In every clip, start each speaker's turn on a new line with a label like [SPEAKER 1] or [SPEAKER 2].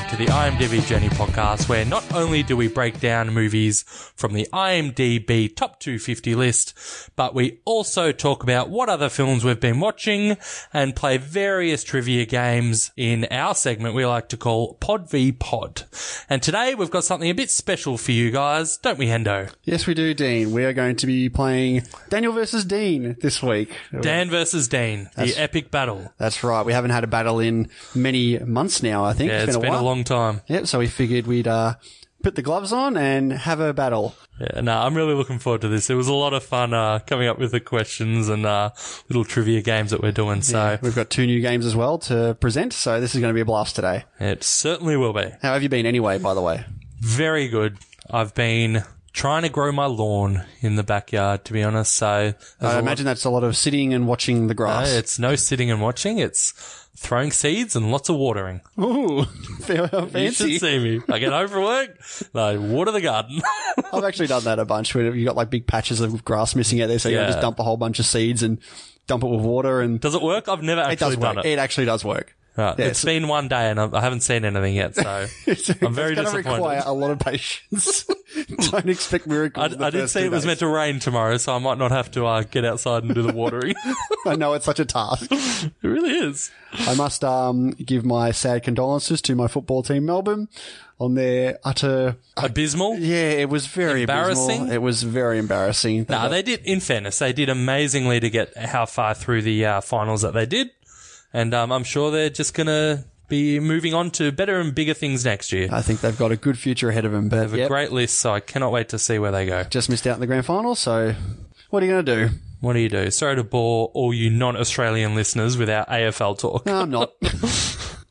[SPEAKER 1] IMDb Journey podcast, where not only do we break down movies from the IMDb Top 250 list, but we also talk about what other films we've been watching and play various trivia games in our segment we like to call Pod v Pod. And today we've got something a bit special for you guys, don't we, Hendo?
[SPEAKER 2] Yes, we do, Dean. We are going to be playing Daniel versus Dean this week.
[SPEAKER 1] Dan versus Dean, the epic battle.
[SPEAKER 2] That's right. We haven't had a battle in many months now, I think.
[SPEAKER 1] Yeah, it's been a
[SPEAKER 2] while.
[SPEAKER 1] long time.
[SPEAKER 2] Yep, so we figured we'd uh, put the gloves on and have a battle.
[SPEAKER 1] Yeah, no, I'm really looking forward to this. It was a lot of fun uh, coming up with the questions and uh, little trivia games that we're doing. So
[SPEAKER 2] We've got two new games as well to present, so this is going to be a blast today.
[SPEAKER 1] it certainly will be
[SPEAKER 2] How have you been anyway, by the way?
[SPEAKER 1] very good. I've been trying to grow my lawn in the backyard, to be honest. So there's
[SPEAKER 2] I
[SPEAKER 1] a
[SPEAKER 2] imagine that's a lot of sitting and watching the
[SPEAKER 1] lot-
[SPEAKER 2] grass.
[SPEAKER 1] it's no sitting and watching. It's throwing seeds and lots of watering.
[SPEAKER 2] Ooh, fair-
[SPEAKER 1] You should
[SPEAKER 2] fancy.
[SPEAKER 1] see me. I get overworked. and I water the garden.
[SPEAKER 2] I've actually done that a bunch where you've got like big patches of grass missing out there, so you
[SPEAKER 1] Yeah.
[SPEAKER 2] can just dump a whole bunch of seeds and dump it with water and
[SPEAKER 1] does it work? I've never actually
[SPEAKER 2] it does
[SPEAKER 1] done
[SPEAKER 2] work.
[SPEAKER 1] it.
[SPEAKER 2] actually does work.
[SPEAKER 1] Right.
[SPEAKER 2] yeah,
[SPEAKER 1] it's
[SPEAKER 2] so-
[SPEAKER 1] been one day and I I haven't seen anything yet. So I'm very disappointed.
[SPEAKER 2] it's to require a lot of patience. Don't expect miracles.
[SPEAKER 1] I,
[SPEAKER 2] in the
[SPEAKER 1] I did
[SPEAKER 2] first
[SPEAKER 1] see
[SPEAKER 2] two
[SPEAKER 1] it was
[SPEAKER 2] days.
[SPEAKER 1] meant to rain tomorrow, so I might not have to uh, get outside and do the watering.
[SPEAKER 2] I know it's such a task.
[SPEAKER 1] it really is.
[SPEAKER 2] I must um, give my sad condolences to my football team, Melbourne, on their utter.
[SPEAKER 1] Abysmal.
[SPEAKER 2] Yeah, it was very abysmal.
[SPEAKER 1] Embarrassing?
[SPEAKER 2] It was very embarrassing. They
[SPEAKER 1] No,
[SPEAKER 2] got-
[SPEAKER 1] Uh, they did. In fairness, they did amazingly to get how far through the uh, finals that they did, and um, I'm sure they're just gonna be moving on to better and bigger things next year.
[SPEAKER 2] I think they've got a good future ahead of them, but
[SPEAKER 1] They have a
[SPEAKER 2] Uh, yep,
[SPEAKER 1] great list, so I cannot wait to see where they go.
[SPEAKER 2] just missed out in the grand final. So, what are you going to do?
[SPEAKER 1] What do you do? Sorry to bore all you non-Australian listeners with our AFL talk.
[SPEAKER 2] No, I'm not.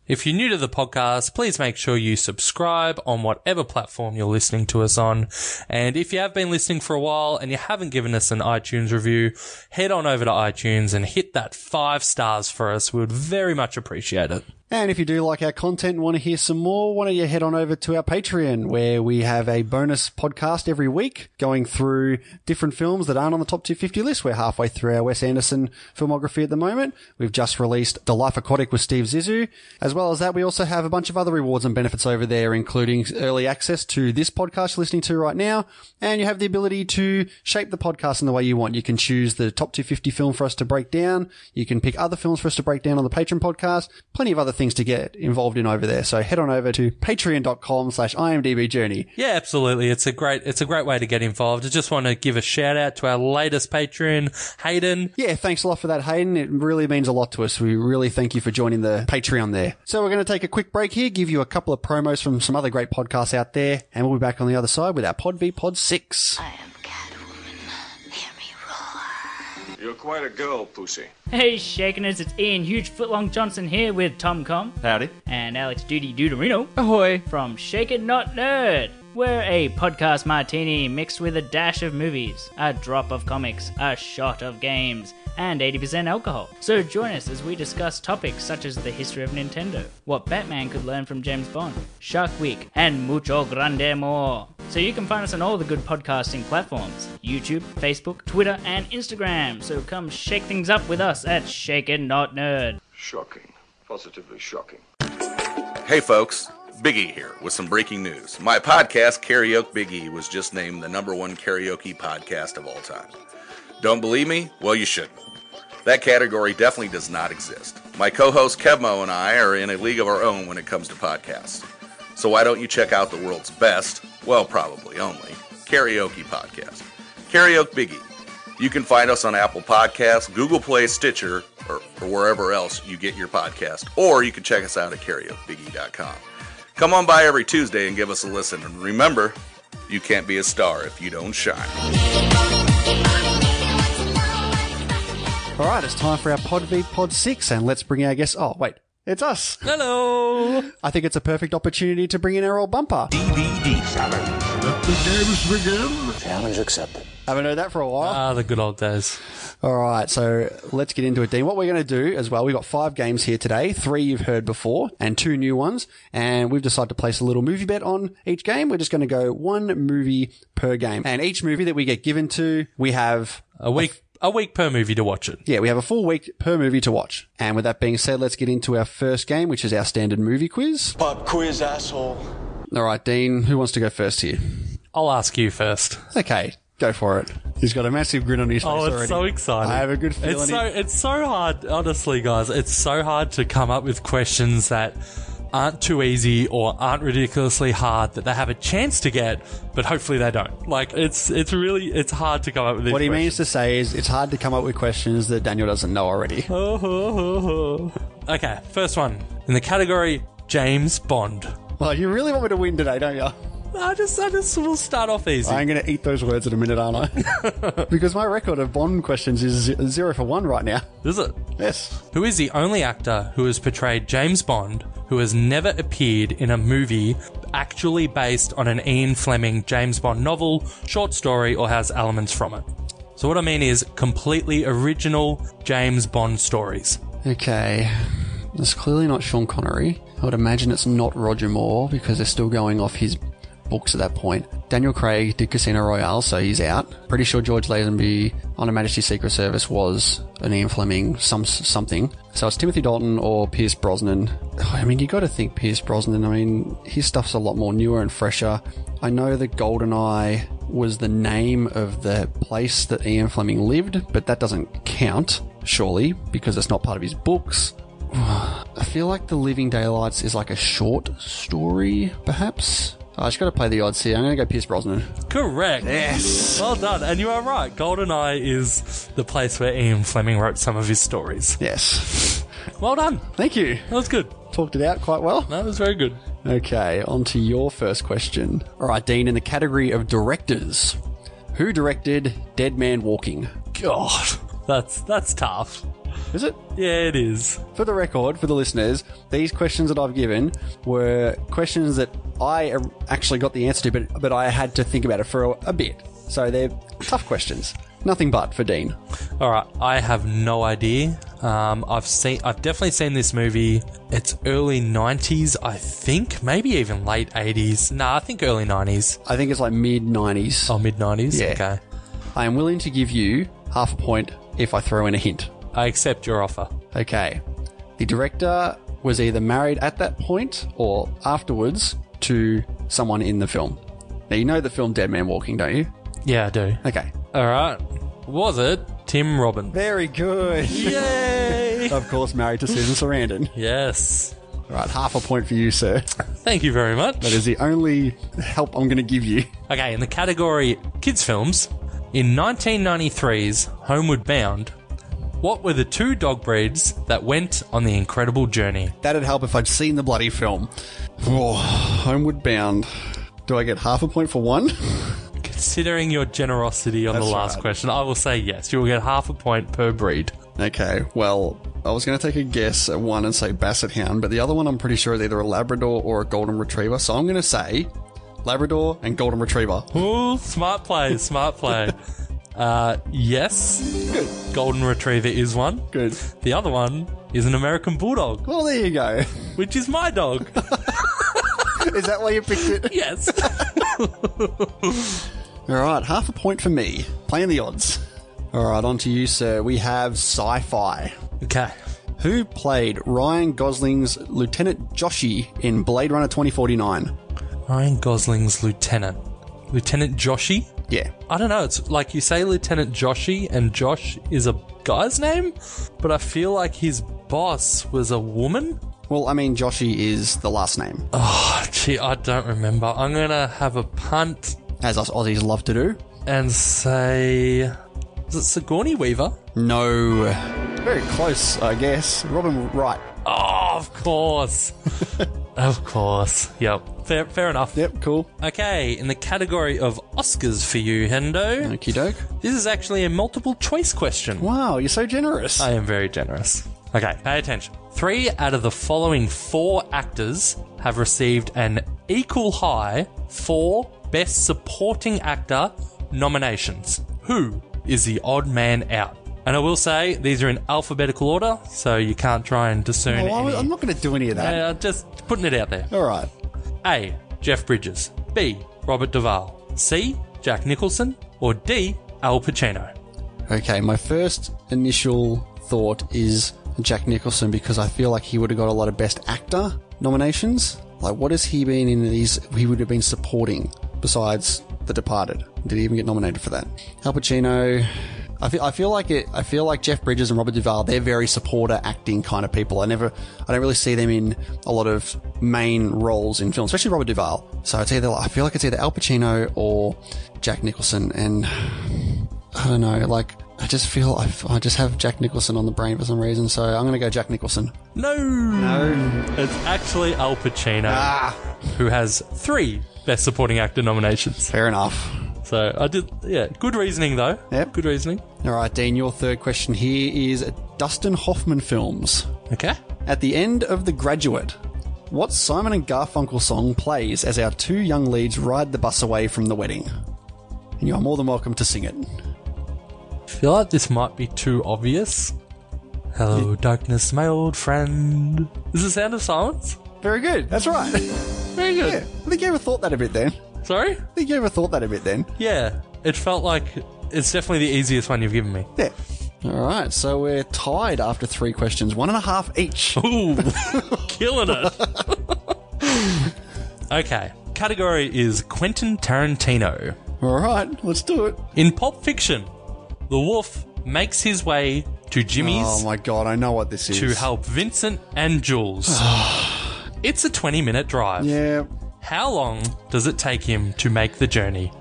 [SPEAKER 1] If you're new to the podcast, please make sure you subscribe on whatever platform you're listening to us on. And if you have been listening for a while and you haven't given us an iTunes review, head on over to iTunes and hit that five stars for us. We would very much appreciate it.
[SPEAKER 2] And if you do like our content and want to hear some more, why don't you head on over to our Patreon where we have a bonus podcast every week going through different films that aren't on the top 250 list. We're halfway through our Wes Anderson filmography at the moment. We've just released The Life Aquatic with Steve Zissou. As well as that, we also have a bunch of other rewards and benefits over there, including early access to this podcast you're listening to right now. And you have the ability to shape the podcast in the way you want. You can choose the top 250 film for us to break down. You can pick other films for us to break down on the Patreon podcast. Plenty of other things to get involved in over there. So head on over to patreon.com slash IMDB journey.
[SPEAKER 1] Yeah, absolutely. It's a great, it's a great way to get involved. I just want to give a shout out to our latest patron, Hayden.
[SPEAKER 2] Yeah, thanks a lot for that, Hayden. It really means a lot to us. We really thank you for joining the Patreon there. So we're going to take a quick break here, give you a couple of promos from some other great podcasts out there, and we'll be back on the other side with our Pod V Pod 6.
[SPEAKER 3] I am Catwoman. Hear me roar.
[SPEAKER 4] You're quite a girl, Pussy.
[SPEAKER 5] Hey, Shakiners, it's Ian Huge Footlong Johnson here with Tom Com
[SPEAKER 6] Howdy.
[SPEAKER 5] and Alex Duty Dudorino
[SPEAKER 6] Ahoy.
[SPEAKER 5] from Shake It Not Nerd. We're a podcast martini mixed with a dash of movies, a drop of comics, a shot of games, and 80% alcohol. So join us as we discuss topics such as the history of Nintendo, what Batman could learn from James Bond, Shark Week, and mucho grande more. So you can find us on all the good podcasting platforms YouTube, Facebook, Twitter, and Instagram. So come shake things up with us at Shake It Not Nerd.
[SPEAKER 4] Shocking. Positively shocking.
[SPEAKER 7] Hey folks, Big E here with some breaking news. My podcast, Karaoke Big E, was just named the number one karaoke podcast of all time. Don't believe me? Well, you shouldn't. That category definitely does not exist. My co host Kevmo and I are in a league of our own when it comes to podcasts. So why don't you check out the world's best, well, probably only, karaoke podcast, Karaoke Biggie. You can find us on Apple Podcasts, Google Play, Stitcher, or, or wherever else you get your podcast, or you can check us out at karaokebiggie.com. Come on by every Tuesday and give us a listen. And remember, you can't be a star if you don't shine.
[SPEAKER 2] All right, it's time for our Pod V Pod 6, and let's bring our guest. Oh, wait, it's us.
[SPEAKER 1] Hello.
[SPEAKER 2] I think it's a perfect opportunity to bring in our old bumper.
[SPEAKER 8] Challenge accepted.
[SPEAKER 2] Haven't heard that for a while.
[SPEAKER 1] Ah, the good old days.
[SPEAKER 2] All right, so let's get into it, Dean. What we're going to do as well, we've got five games here today. Three you've heard before, and two new ones. And we've decided to place a little movie bet on each game. We're just going to go one movie per game, and each movie that we get given to, we have
[SPEAKER 1] A week a week per movie to watch it.
[SPEAKER 2] Yeah, we have a full week per movie to watch. And with that being said, let's get into our first game, which is our standard movie quiz.
[SPEAKER 8] Pop quiz, asshole.
[SPEAKER 2] All right, Dean, who wants to go first here?
[SPEAKER 1] I'll ask you first.
[SPEAKER 2] Okay, go for it. He's got a massive grin on his face
[SPEAKER 1] Oh, it's
[SPEAKER 2] already.
[SPEAKER 1] so exciting!
[SPEAKER 2] I have a good feeling.
[SPEAKER 1] It's so it's so hard, honestly, guys. It's so hard to come up with questions that aren't too easy or aren't ridiculously hard that they have a chance to get, but hopefully they don't. Like it's it's really it's hard to come up with. These
[SPEAKER 2] what he means
[SPEAKER 1] questions.
[SPEAKER 2] to say is it's hard to come up with questions that Daniel doesn't know already.
[SPEAKER 1] okay, first one in the category James Bond.
[SPEAKER 2] Well, you really want me to win today, don't you?
[SPEAKER 1] I just I just will start off easy.
[SPEAKER 2] I'm going to eat those words in a minute, aren't I? because my record of Bond questions is ze- zero for one right now.
[SPEAKER 1] Is it?
[SPEAKER 2] Yes.
[SPEAKER 1] Who is the only actor who has portrayed James Bond who has never appeared in a movie actually based on an Ian Fleming James Bond novel, short story, or has elements from it? So, what I mean is completely original James Bond stories.
[SPEAKER 2] Okay. It's clearly not Sean Connery. I would imagine it's not Roger Moore because they're still going off his books at that point. Daniel Craig did Casino Royale, so he's out. Pretty sure George Lazenby on Her Majesty's Secret Service was an Ian Fleming some something. So it's Timothy Dalton or Pierce Brosnan. I mean, you got to think Pierce Brosnan. I mean, his stuff's a lot more newer and fresher. I know that GoldenEye was the name of the place that Ian Fleming lived, but that doesn't count, surely, because it's not part of his books. I feel like The Living Daylights is like a short story, perhaps. I just got to play the odds here. I'm going to go Pierce Brosnan.
[SPEAKER 1] Correct. Yes. Well done. And you are right. GoldenEye is the place where Ian Fleming wrote some of his stories.
[SPEAKER 2] Yes.
[SPEAKER 1] Well done.
[SPEAKER 2] Thank you.
[SPEAKER 1] That was good.
[SPEAKER 2] Talked it out quite well.
[SPEAKER 1] That was very good.
[SPEAKER 2] Okay, on to your first question. All right, Dean, in the category of directors, who directed Dead Man Walking?
[SPEAKER 1] God. That's that's tough.
[SPEAKER 2] Is it?
[SPEAKER 1] Yeah, it is.
[SPEAKER 2] For the record, for the listeners, these questions that I've given were questions that I uh, actually got the answer to, but, but I had to think about it for a, a bit. So they're tough questions. Nothing but for Dean.
[SPEAKER 1] All right, I have no idea. Um, I've seen, I've definitely seen this movie. It's early '90s, I think, maybe even late '80s. Nah, I think early '90s
[SPEAKER 2] I think it's like mid 90s.
[SPEAKER 1] or mid '90s.
[SPEAKER 2] Yeah.
[SPEAKER 1] Okay,
[SPEAKER 2] I am willing to give you half a point if I throw in a hint.
[SPEAKER 1] I accept your offer.
[SPEAKER 2] Okay. The director was either married at that point or afterwards to someone in the film. Now, you know the film Dead Man Walking, don't you?
[SPEAKER 1] Yeah, I do.
[SPEAKER 2] Okay.
[SPEAKER 1] All right, was it Tim Robbins?
[SPEAKER 2] Very good.
[SPEAKER 1] Yay!
[SPEAKER 2] of course, married to Susan Sarandon.
[SPEAKER 1] yes.
[SPEAKER 2] All right, half a point for you, sir.
[SPEAKER 1] Thank you very much.
[SPEAKER 2] That is the only help I'm going to give you.
[SPEAKER 1] Okay, in the category kids films, in 1993's Homeward Bound, what were the two dog breeds that went on the incredible journey?
[SPEAKER 2] That'd help if I'd seen the bloody film. Oh, Homeward Bound. Do I get half a point for one?
[SPEAKER 1] Considering your generosity on the
[SPEAKER 2] That's
[SPEAKER 1] last
[SPEAKER 2] right.
[SPEAKER 1] question, I will say yes. You will get half a point per breed.
[SPEAKER 2] Okay, well, I was going to take a guess at one and say Basset Hound, but the other one I'm pretty sure is either a Labrador or a Golden Retriever. So I'm going to say Labrador and Golden Retriever.
[SPEAKER 1] Ooh, smart play, smart play. Uh, yes, golden retriever is one.
[SPEAKER 2] Good.
[SPEAKER 1] The other one is an American bulldog,
[SPEAKER 2] Well, there you go.
[SPEAKER 1] which is my dog.
[SPEAKER 2] Is that why you picked it?
[SPEAKER 1] yes.
[SPEAKER 2] All right, half a point for me. Playing the odds. All right, on to you, sir. We have sci fi.
[SPEAKER 1] okay.
[SPEAKER 2] Who played Ryan Gosling's Lieutenant Joshi in Blade Runner 2049?
[SPEAKER 1] Ryan Gosling's lieutenant, Lieutenant Joshi.
[SPEAKER 2] Yeah.
[SPEAKER 1] I don't know. It's like you say Lieutenant Joshi, and Josh is a guy's name, but I feel like his boss was a woman.
[SPEAKER 2] Well, I mean, Joshi is the last name,
[SPEAKER 1] Uh. Gee, I don't remember. I'm gonna have a punt
[SPEAKER 2] as us Aussies love to do.
[SPEAKER 1] and say, is it Sigourney Weaver?
[SPEAKER 2] No. Very close, I guess. Robin Wright.
[SPEAKER 1] Oh, of course, of course. Yep, fair, fair enough.
[SPEAKER 2] Yep, cool.
[SPEAKER 1] Okay, in the category of Oscars for you, Hendo,
[SPEAKER 2] Okie doke.
[SPEAKER 1] this is actually a multiple choice question.
[SPEAKER 2] Wow, you're so generous.
[SPEAKER 1] I am very generous. Okay, pay attention. Three out of the following four actors have received an equal high for Best Supporting Actor nominations. Who is the odd man out? And I will say these are in alphabetical order, so you can't try and discern.
[SPEAKER 2] Well, I-
[SPEAKER 1] any-
[SPEAKER 2] I'm not going to do any of that.
[SPEAKER 1] Uh, just putting it out there.
[SPEAKER 2] All right.
[SPEAKER 1] A. Jeff Bridges. B. Robert Duvall. C. Jack Nicholson. Or D. Al Pacino.
[SPEAKER 2] Okay, my first initial thought is Jack Nicholson because I feel like he would have got a lot of Best Actor nominations. Like, what has he been in these? He would have been supporting besides The Departed. Did he even get nominated for that? Al Pacino. I feel, I feel like it. I feel like Jeff Bridges and Robert Duvall. They're very supporter acting kind of people. I never, I don't really see them in a lot of main roles in films, especially Robert Duvall. So it's either I feel like it's either Al Pacino or Jack Nicholson, and I don't know. Like, I just feel I, I just have Jack Nicholson on the brain for some reason, so I'm going to go Jack Nicholson.
[SPEAKER 1] No. No. It's actually Al Pacino, who has three Best Supporting Actor nominations.
[SPEAKER 2] Fair enough.
[SPEAKER 1] So I did, yeah. Good reasoning, though.
[SPEAKER 2] Yep.
[SPEAKER 1] Good reasoning.
[SPEAKER 2] All right, Dean, your third question here is Dustin Hoffman films.
[SPEAKER 1] Okay.
[SPEAKER 2] At the end of The Graduate, what Simon and Garfunkel song plays as our two young leads ride the bus away from the wedding? And you are more than welcome to sing it.
[SPEAKER 1] I feel like this might be too obvious. Hello, darkness, my old friend. Is it Sound of Silence?
[SPEAKER 2] Very good. That's right.
[SPEAKER 1] Very good.
[SPEAKER 2] yeah, I think you overthought that a bit then.
[SPEAKER 1] Sorry?
[SPEAKER 2] I think you overthought that a bit then.
[SPEAKER 1] Yeah. It felt like it's definitely the easiest one you've given me.
[SPEAKER 2] Yeah. All right, so we're tied after three questions, one and a half each.
[SPEAKER 1] Ooh, killing it. okay, category is Quentin Tarantino.
[SPEAKER 2] All right, let's do it.
[SPEAKER 1] In Pulp Fiction, the wolf makes his way to Jimmy's
[SPEAKER 2] Oh my god, I know what this is.
[SPEAKER 1] to help Vincent and Jules. it's a 20 minute drive.
[SPEAKER 2] Yeah.
[SPEAKER 1] How long does it take him to make the journey?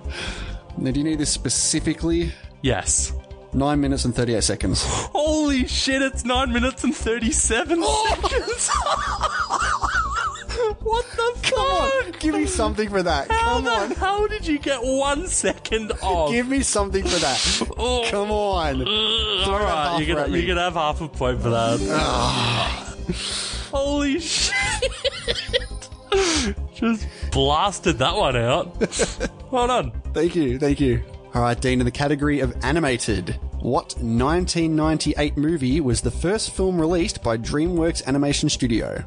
[SPEAKER 2] Now, do you need this specifically?
[SPEAKER 1] Yes.
[SPEAKER 2] Nine minutes and 38 seconds.
[SPEAKER 1] Holy shit, it's 9 minutes and 37 seconds. what the fuck?
[SPEAKER 2] Give me something for that.
[SPEAKER 1] How
[SPEAKER 2] Come
[SPEAKER 1] the
[SPEAKER 2] on.
[SPEAKER 1] hell did you get one second off?
[SPEAKER 2] Give me something for that.
[SPEAKER 1] Oh.
[SPEAKER 2] Come on.
[SPEAKER 1] Ugh,
[SPEAKER 2] Throw
[SPEAKER 1] all
[SPEAKER 2] that
[SPEAKER 1] right,
[SPEAKER 2] buffer
[SPEAKER 1] you're
[SPEAKER 2] at
[SPEAKER 1] gonna,
[SPEAKER 2] me.
[SPEAKER 1] you're gonna have half a point for that. Holy shit! Just blasted that one out. Well done.
[SPEAKER 2] Thank you. Thank you. All right, Dean, in the category of animated, what 1998 movie was the first film released by DreamWorks Animation Studio?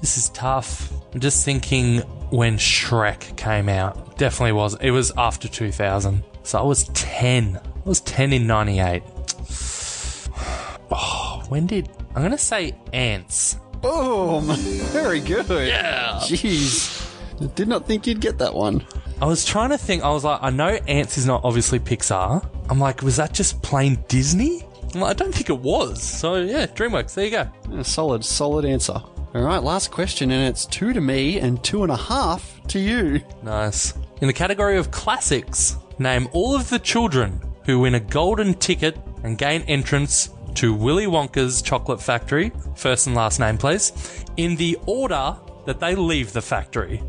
[SPEAKER 1] This is tough. I'm just thinking when Shrek came out. Definitely was. It was after 2000. So I was 10. I was 10 in 98. Oh, when did. I'm gonna say ants.
[SPEAKER 2] Boom. Very good. Oh, Yeah. Jeez. I did not think you'd get that one.
[SPEAKER 1] I was trying to think. I was like, I know Ants is not obviously Pixar. I'm like, was that just plain Disney? I'm like, I don't think it was. So yeah, DreamWorks. There you go.
[SPEAKER 2] A solid, solid answer. All right, last question, and it's two to me and two and a half to you.
[SPEAKER 1] Nice. In the category of classics, name all of the children who win a golden ticket and gain entrance to Willy Wonka's chocolate factory. First and last name, please. In the order that they leave the factory.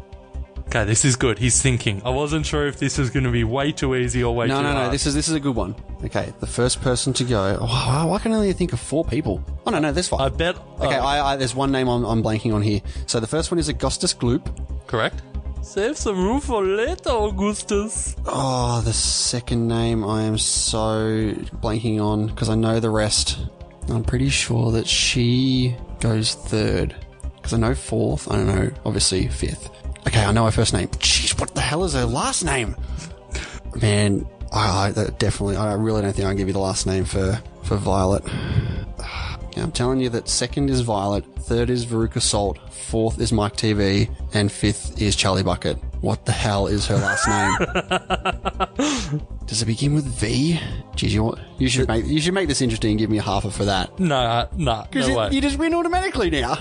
[SPEAKER 1] Okay, this is good. He's thinking. I wasn't sure if this was going to be way too easy or way
[SPEAKER 2] No,
[SPEAKER 1] too
[SPEAKER 2] no,
[SPEAKER 1] hard.
[SPEAKER 2] no. This is this is a good one. Okay, the first person to go. Oh, wow, I can only think of four people. Oh no, no, there's
[SPEAKER 1] I
[SPEAKER 2] five.
[SPEAKER 1] bet.
[SPEAKER 2] Okay,
[SPEAKER 1] oh.
[SPEAKER 2] I, I, there's one name I'm, I'm blanking on here. So the first one is Augustus Gloop.
[SPEAKER 1] Correct. Save some room for later, Augustus.
[SPEAKER 2] Oh, the second name I am so blanking on because I know the rest. I'm pretty sure that she goes third because I know fourth. I don't know, obviously fifth. Okay, I know her first name. Jeez, what the hell is her last name? Man, I, I that definitely, I really don't think I can give you the last name for for Violet. Yeah, I'm telling you that second is Violet, third is Veruca Salt, fourth is Mike TV, and fifth is Charlie Bucket. What the hell is her last name? Does it begin with V? Geez, you, want, you should make you should make this interesting and give me a half for that.
[SPEAKER 1] No, no,
[SPEAKER 2] Because
[SPEAKER 1] no way.
[SPEAKER 2] you just win automatically now.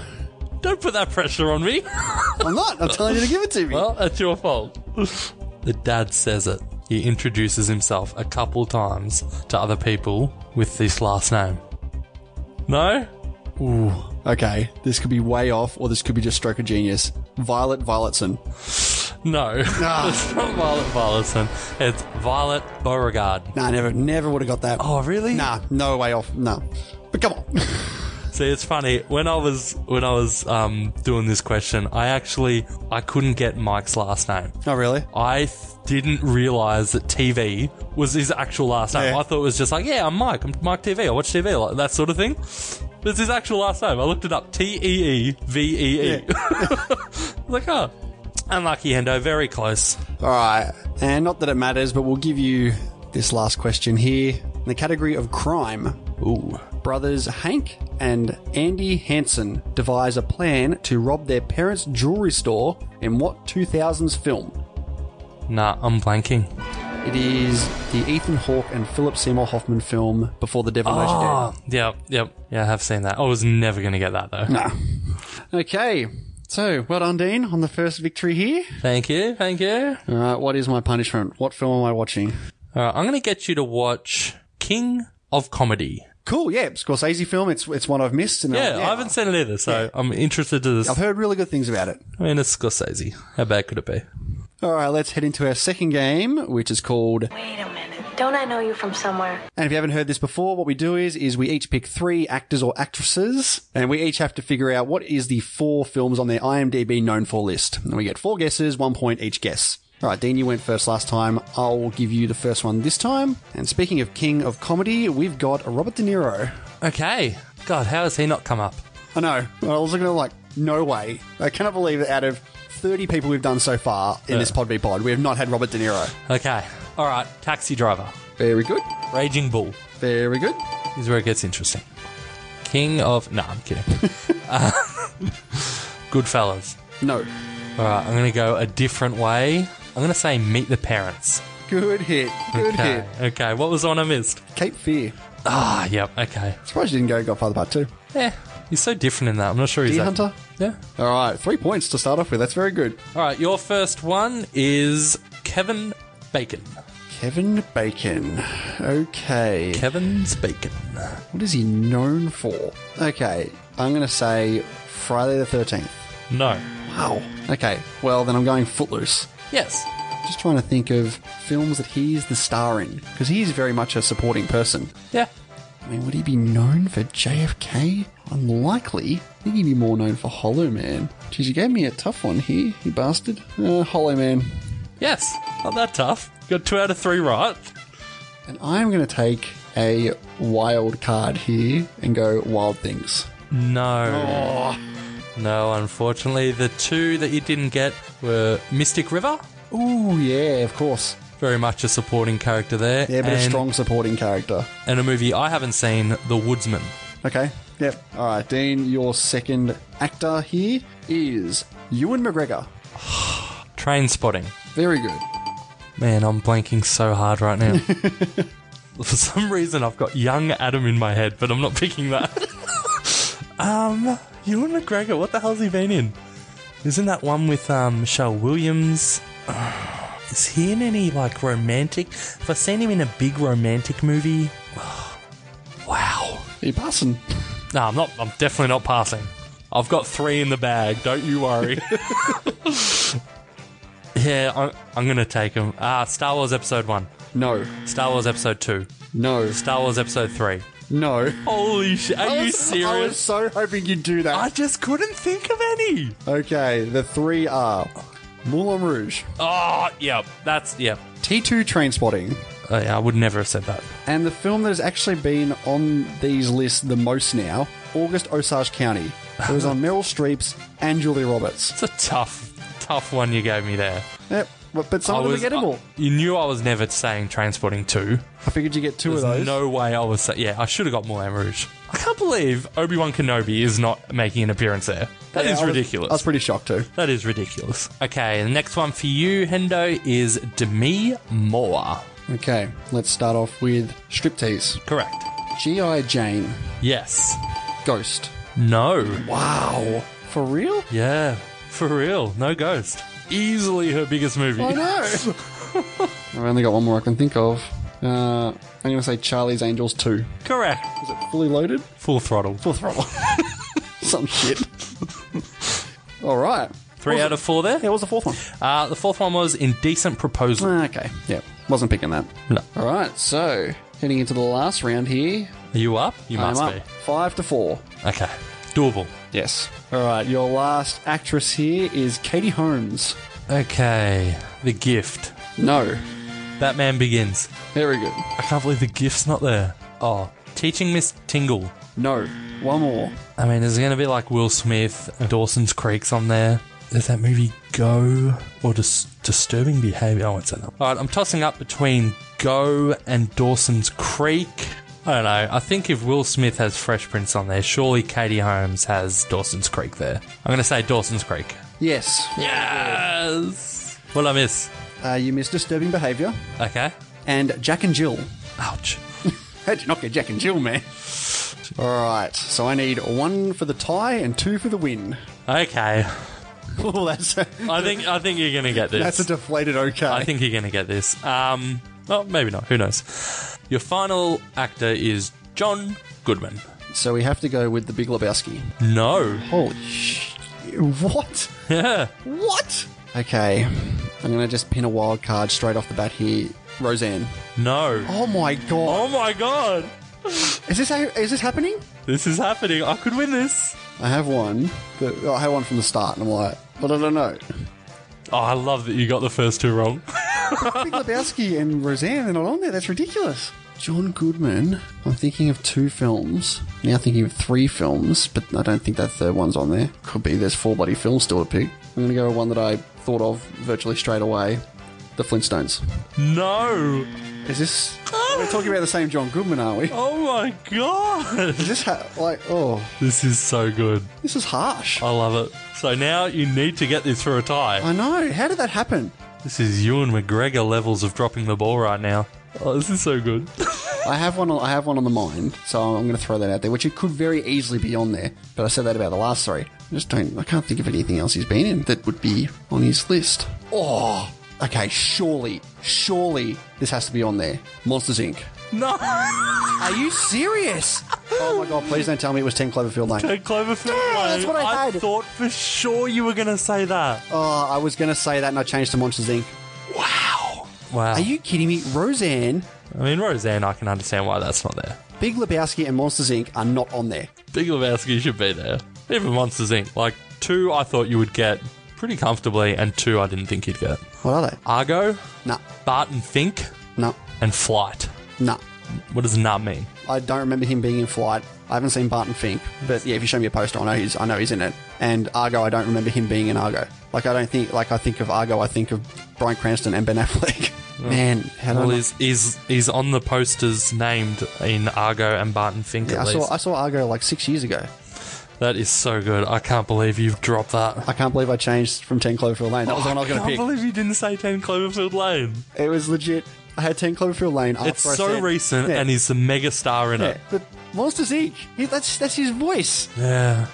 [SPEAKER 1] Don't put that pressure on me.
[SPEAKER 2] I'm not. I'm telling you to give it to me.
[SPEAKER 1] well, that's your fault. the dad says it. He introduces himself a couple times to other people with this last name. No?
[SPEAKER 2] okay, this could be way off, or this could be just stroke of genius. Violet Violetson.
[SPEAKER 1] No. it's not Violet Violetson. It's Violet Beauregard.
[SPEAKER 2] Nah, never, never would have got that.
[SPEAKER 1] Oh, really?
[SPEAKER 2] Nah, no way off. No. But come on.
[SPEAKER 1] See, it's funny when I was when I was um, doing this question, I actually I couldn't get Mike's last name.
[SPEAKER 2] Not really.
[SPEAKER 1] I th- didn't realize that TV was his actual last name.
[SPEAKER 2] Yeah.
[SPEAKER 1] I thought it was just like, yeah, I'm Mike. I'm Mike TV. I watch TV, like that sort of thing. But it's his actual last name. I looked it up. T E E V E E. Like, oh, unlucky Hendo. Very close.
[SPEAKER 2] All right. And not that it matters, but we'll give you this last question here. in the category of crime. Ooh. Brothers Hank and Andy Hansen devise a plan to rob their parents' jewelry store in what 2000s film?
[SPEAKER 1] Nah, I'm blanking.
[SPEAKER 2] It is the Ethan Hawke and Philip Seymour Hoffman film Before the Devil Knows You Dead.
[SPEAKER 1] Oh, yep, yep. Yeah, I have seen that. I was never going to get that, though.
[SPEAKER 2] No. Okay. So, well done, Dean, on the first victory here.
[SPEAKER 1] Thank you, thank you.
[SPEAKER 2] All right, what is my punishment? What film am I watching?
[SPEAKER 1] All right, I'm going to get you to watch King of Comedy.
[SPEAKER 2] Cool, yeah, Scorsese film. It's it's one I've missed. And uh,
[SPEAKER 1] Yeah, I haven't seen it either, so I'm interested to this.
[SPEAKER 2] I've heard really good things about it.
[SPEAKER 1] I mean, it's Scorsese. How bad could it be?
[SPEAKER 2] All right, let's head into our second game, which is called.
[SPEAKER 6] Wait a minute. Don't I know you from somewhere?
[SPEAKER 2] And if you haven't heard this before, what we do is is we each pick three actors or actresses, and we each have to figure out what is the four films on their IMDb known for list. And we get four guesses, one point each guess. All right, Dean, you went first last time. I'll give you the first one this time. And speaking of king of comedy, we've got Robert De Niro.
[SPEAKER 1] Okay. God, how has he not come up?
[SPEAKER 2] I know. I was looking at it like, no way. I cannot believe that out of 30 people we've done so far in this Pod B Pod, we have not had Robert De Niro.
[SPEAKER 1] Okay. All right. Taxi driver.
[SPEAKER 2] Very good.
[SPEAKER 1] Raging bull.
[SPEAKER 2] Very good.
[SPEAKER 1] This is where it gets interesting. King of. No, I'm kidding. Uh, Good fellas.
[SPEAKER 2] No.
[SPEAKER 1] All right. I'm going to go a different way. I'm going to say meet the parents.
[SPEAKER 2] Good hit. Good
[SPEAKER 1] Okay.
[SPEAKER 2] hit.
[SPEAKER 1] Okay. What was on I missed?
[SPEAKER 2] Cape Fear.
[SPEAKER 1] Ah, yep. Okay.
[SPEAKER 2] Surprised you didn't go Godfather Part 2.
[SPEAKER 1] Yeah. He's so different in that. I'm not sure he's.
[SPEAKER 2] D
[SPEAKER 1] that-
[SPEAKER 2] Hunter.
[SPEAKER 1] Yeah.
[SPEAKER 2] All right, three points to start off with. That's very good.
[SPEAKER 1] All right. Your first one is Kevin Bacon.
[SPEAKER 2] Kevin Bacon. Okay.
[SPEAKER 1] Kevin's Bacon.
[SPEAKER 2] What is he known for? Okay, I'm going to say Friday the 13th.
[SPEAKER 1] No.
[SPEAKER 2] Wow. Okay, well, then I'm going Footloose.
[SPEAKER 1] Yes.
[SPEAKER 2] Just trying to think of films that he's the star in, because he's very much a supporting person.
[SPEAKER 1] Yeah.
[SPEAKER 2] I mean, would he be known for JFK? Unlikely. I think he'd be more known for Hollow Man. Jeez, you gave me a tough one here, you bastard. Uh, Hollow Man.
[SPEAKER 1] Yes. Not that tough. Got two out of three right.
[SPEAKER 2] And I'm going to take a wild card here and go Wild Things.
[SPEAKER 1] No.
[SPEAKER 2] Oh.
[SPEAKER 1] No, unfortunately, the two that you didn't get were Mystic River,
[SPEAKER 2] Ooh, yeah, of course.
[SPEAKER 1] very much a supporting character there.
[SPEAKER 2] Yeah, but
[SPEAKER 1] and,
[SPEAKER 2] a strong supporting character.
[SPEAKER 1] And a movie I haven't seen, The Woodsman.
[SPEAKER 2] Okay, yep. All right, Dean, your second actor here is Ewan McGregor.
[SPEAKER 1] Train Spotting.
[SPEAKER 2] Very good.
[SPEAKER 1] Man, I'm blanking so hard right now. For some reason, I've got young Adam in my head, but I'm not picking that. um, Ewan McGregor, what the hell's he been in? Isn't that one with um, Michelle Williams? Is he in any like romantic? Have I seen him in a big romantic movie? wow.
[SPEAKER 2] Are you passing?
[SPEAKER 1] No, I'm not. I'm definitely not passing. I've got three in the bag. Don't you worry. yeah, I'm, I'm gonna take him. Ah, Star Wars Episode One.
[SPEAKER 2] No,
[SPEAKER 1] Star Wars Episode 2.
[SPEAKER 2] no,
[SPEAKER 1] Star Wars Episode 3.
[SPEAKER 2] no.
[SPEAKER 1] Holy shit, are
[SPEAKER 2] I
[SPEAKER 1] you
[SPEAKER 2] was- I
[SPEAKER 1] serious?
[SPEAKER 2] was so hoping you'd do that.
[SPEAKER 1] I just couldn't think of any.
[SPEAKER 2] Okay, the three are Moulin Rouge,
[SPEAKER 1] Oh, yeah, that's, yeah.
[SPEAKER 2] T2 Train Spotting,
[SPEAKER 1] Oh, yeah, I would never have said that.
[SPEAKER 2] and the film that has actually been on these lists the most now, August Osage County. It was on Meryl Streep's and Julia Roberts.
[SPEAKER 1] It's a tough, tough one you gave me there.
[SPEAKER 2] Yep, but, but some
[SPEAKER 1] I
[SPEAKER 2] of them
[SPEAKER 1] was,
[SPEAKER 2] are gettable.
[SPEAKER 1] I- you knew I was never saying Transporting 2.
[SPEAKER 2] I figured you get two of
[SPEAKER 1] There's
[SPEAKER 2] those.
[SPEAKER 1] no way I was, sa- yeah, I should have got Moulin Rouge. I can't believe Obi-Wan Kenobi is not making an appearance there. That is
[SPEAKER 2] Yeah, I was-
[SPEAKER 1] ridiculous.
[SPEAKER 2] I was pretty shocked too.
[SPEAKER 1] that is ridiculous. Okay, the next one for you, Hendo, is Demi Moore.
[SPEAKER 2] Okay, let's start off with Striptease,
[SPEAKER 1] Correct.
[SPEAKER 2] G.I. Jane,
[SPEAKER 1] Yes.
[SPEAKER 2] Ghost.
[SPEAKER 1] No.
[SPEAKER 2] Wow. For real?
[SPEAKER 1] Yeah. For real. No ghost. Easily her biggest movie.
[SPEAKER 2] I know. I've only got one more I can think of. Uh, I'm going to say Charlie's Angels 2.
[SPEAKER 1] Correct.
[SPEAKER 2] Is it fully loaded?
[SPEAKER 1] Full throttle.
[SPEAKER 2] Full throttle. Some shit. All right.
[SPEAKER 1] Three out of four
[SPEAKER 2] Yeah,
[SPEAKER 1] there.
[SPEAKER 2] what's the fourth one?
[SPEAKER 1] Uh, the fourth one was Indecent Proposal.
[SPEAKER 2] Ah, okay. Yep. Wasn't picking that.
[SPEAKER 1] No.
[SPEAKER 2] All right. So, heading into the last round here.
[SPEAKER 1] Are you up? You must
[SPEAKER 2] I'm up. Five to four.
[SPEAKER 1] be. Okay. Doable.
[SPEAKER 2] Yes. All right. Your last actress here is Katie Holmes.
[SPEAKER 1] Okay. The Gift.
[SPEAKER 2] No.
[SPEAKER 1] Batman Begins.
[SPEAKER 2] Very good.
[SPEAKER 1] I can't believe The Gift's not there. Oh. Teaching Miss Tingle.
[SPEAKER 2] No. One more.
[SPEAKER 1] I mean, there's going to be like Will Smith, Dawson's Creek's on there. Does that movie Go or dis- Disturbing Behavior? I won't say that. All right, I'm tossing up between Go and Dawson's Creek. I don't know. I think if Will Smith has Fresh Prince on there, surely Katie Holmes has Dawson's Creek there. I'm going to say Dawson's Creek.
[SPEAKER 2] Yes.
[SPEAKER 1] Yes. What I miss?
[SPEAKER 2] Uh, you missed Disturbing Behaviour
[SPEAKER 1] Okay.
[SPEAKER 2] and Jack and Jill.
[SPEAKER 1] Ouch.
[SPEAKER 2] How'd you not get Jack and Jill, man? All right, so I need one for the tie and two for the win.
[SPEAKER 1] Okay.
[SPEAKER 2] Oh, that's a,
[SPEAKER 1] I think I think you're going to get this.
[SPEAKER 2] that's a deflated okay.
[SPEAKER 1] I think you're going to get this. Um, well, maybe not. Who knows? Your final actor is John Goodman.
[SPEAKER 2] so we have to go with the Big Lebowski.
[SPEAKER 1] No.
[SPEAKER 2] Holy sh! What?
[SPEAKER 1] Yeah.
[SPEAKER 2] What? Okay, I'm gonna just pin a wild card straight off the bat here. Roseanne.
[SPEAKER 1] No.
[SPEAKER 2] Oh my god!
[SPEAKER 1] Oh my god.
[SPEAKER 2] Is this ha- is this happening?
[SPEAKER 1] This is happening. I could win this.
[SPEAKER 2] I have one. But oh, I have one from the start, and I'm like, but I don't know.
[SPEAKER 1] Oh, I love that you got the first two wrong.
[SPEAKER 2] Big Lebowski and Roseanne, they're not on there. That's ridiculous. John Goodman. I'm thinking of two films. Now thinking of three films, but I don't think that third one's on there. Could be there's four bloody films still to pick. I'm going to go with one that I thought of virtually straight away The Flintstones.
[SPEAKER 1] No.
[SPEAKER 2] Is this. We're talking about the same John Goodman, aren't we?
[SPEAKER 1] Oh my god.
[SPEAKER 2] Is this ha- like. Oh,
[SPEAKER 1] This is so good.
[SPEAKER 2] this is harsh.
[SPEAKER 1] I love it. So now you need to get this for a tie.
[SPEAKER 2] I know. How did that happen?
[SPEAKER 1] This is Ewan McGregor levels of dropping the ball right now. Oh, this is so good.
[SPEAKER 2] I have one. On, I have one on the mind, so I'm going to throw that out there, which it could very easily be on there. But I said that about the last three. I just don't. I can't think of anything else he's been in that would be on his list. Oh, okay. Surely, surely this has to be on there. Monsters Inc.
[SPEAKER 1] No.
[SPEAKER 2] Are you serious? oh my god! Please don't tell me it was Ten Cloverfield Lane.
[SPEAKER 1] At Cloverfield
[SPEAKER 2] Yeah, that's
[SPEAKER 1] Lane.
[SPEAKER 2] what I had.
[SPEAKER 1] thought for sure you were going to say that.
[SPEAKER 2] Oh, I was going to say that, and I changed to Monsters Inc.
[SPEAKER 1] Wow. Wow.
[SPEAKER 2] Are you kidding me? Roseanne,
[SPEAKER 1] I mean, Roseanne, I can understand why that's not there.
[SPEAKER 2] Big Lebowski, and Monsters Inc. are not on there.
[SPEAKER 1] Big Lebowski should be there. Even Monsters Inc. Like, two I thought you would get pretty comfortably, and two I didn't think you'd get.
[SPEAKER 2] What are they?
[SPEAKER 1] Argo,
[SPEAKER 2] Nah,
[SPEAKER 1] Bart and Fink,
[SPEAKER 2] nah,
[SPEAKER 1] and Flight.
[SPEAKER 2] nah.
[SPEAKER 1] What does not mean?
[SPEAKER 2] I don't remember him being in Flight. I haven't seen Barton Fink, but yeah, if you show me a poster, I know he's I know he's in it. And Argo, I don't remember him being in Argo. Like I don't think like I think of Argo, I think of Brian Cranston and Ben Affleck. Man, how did
[SPEAKER 1] Oh. Well,
[SPEAKER 2] I, not-
[SPEAKER 1] he's, he's, he's on the posters named in Argo and Bart and Fink,
[SPEAKER 2] Yeah, I
[SPEAKER 1] at least.
[SPEAKER 2] saw I saw Argo like six years ago.
[SPEAKER 1] That is so good. I can't believe you've dropped that.
[SPEAKER 2] I can't believe I changed from Ten Cloverfield Lane. That was the one I was going
[SPEAKER 1] Oh, can't
[SPEAKER 2] to pick.
[SPEAKER 1] believe you didn't say 10 Cloverfield Lane.
[SPEAKER 2] it was legit. I had Ten Cloverfield Lane.
[SPEAKER 1] It's
[SPEAKER 2] after I
[SPEAKER 1] so
[SPEAKER 2] said-
[SPEAKER 1] recent,
[SPEAKER 2] Yeah,
[SPEAKER 1] and he's the mega star in
[SPEAKER 2] yeah,
[SPEAKER 1] it.
[SPEAKER 2] but Monsters Inc. He, that's that's his voice.
[SPEAKER 1] Yeah.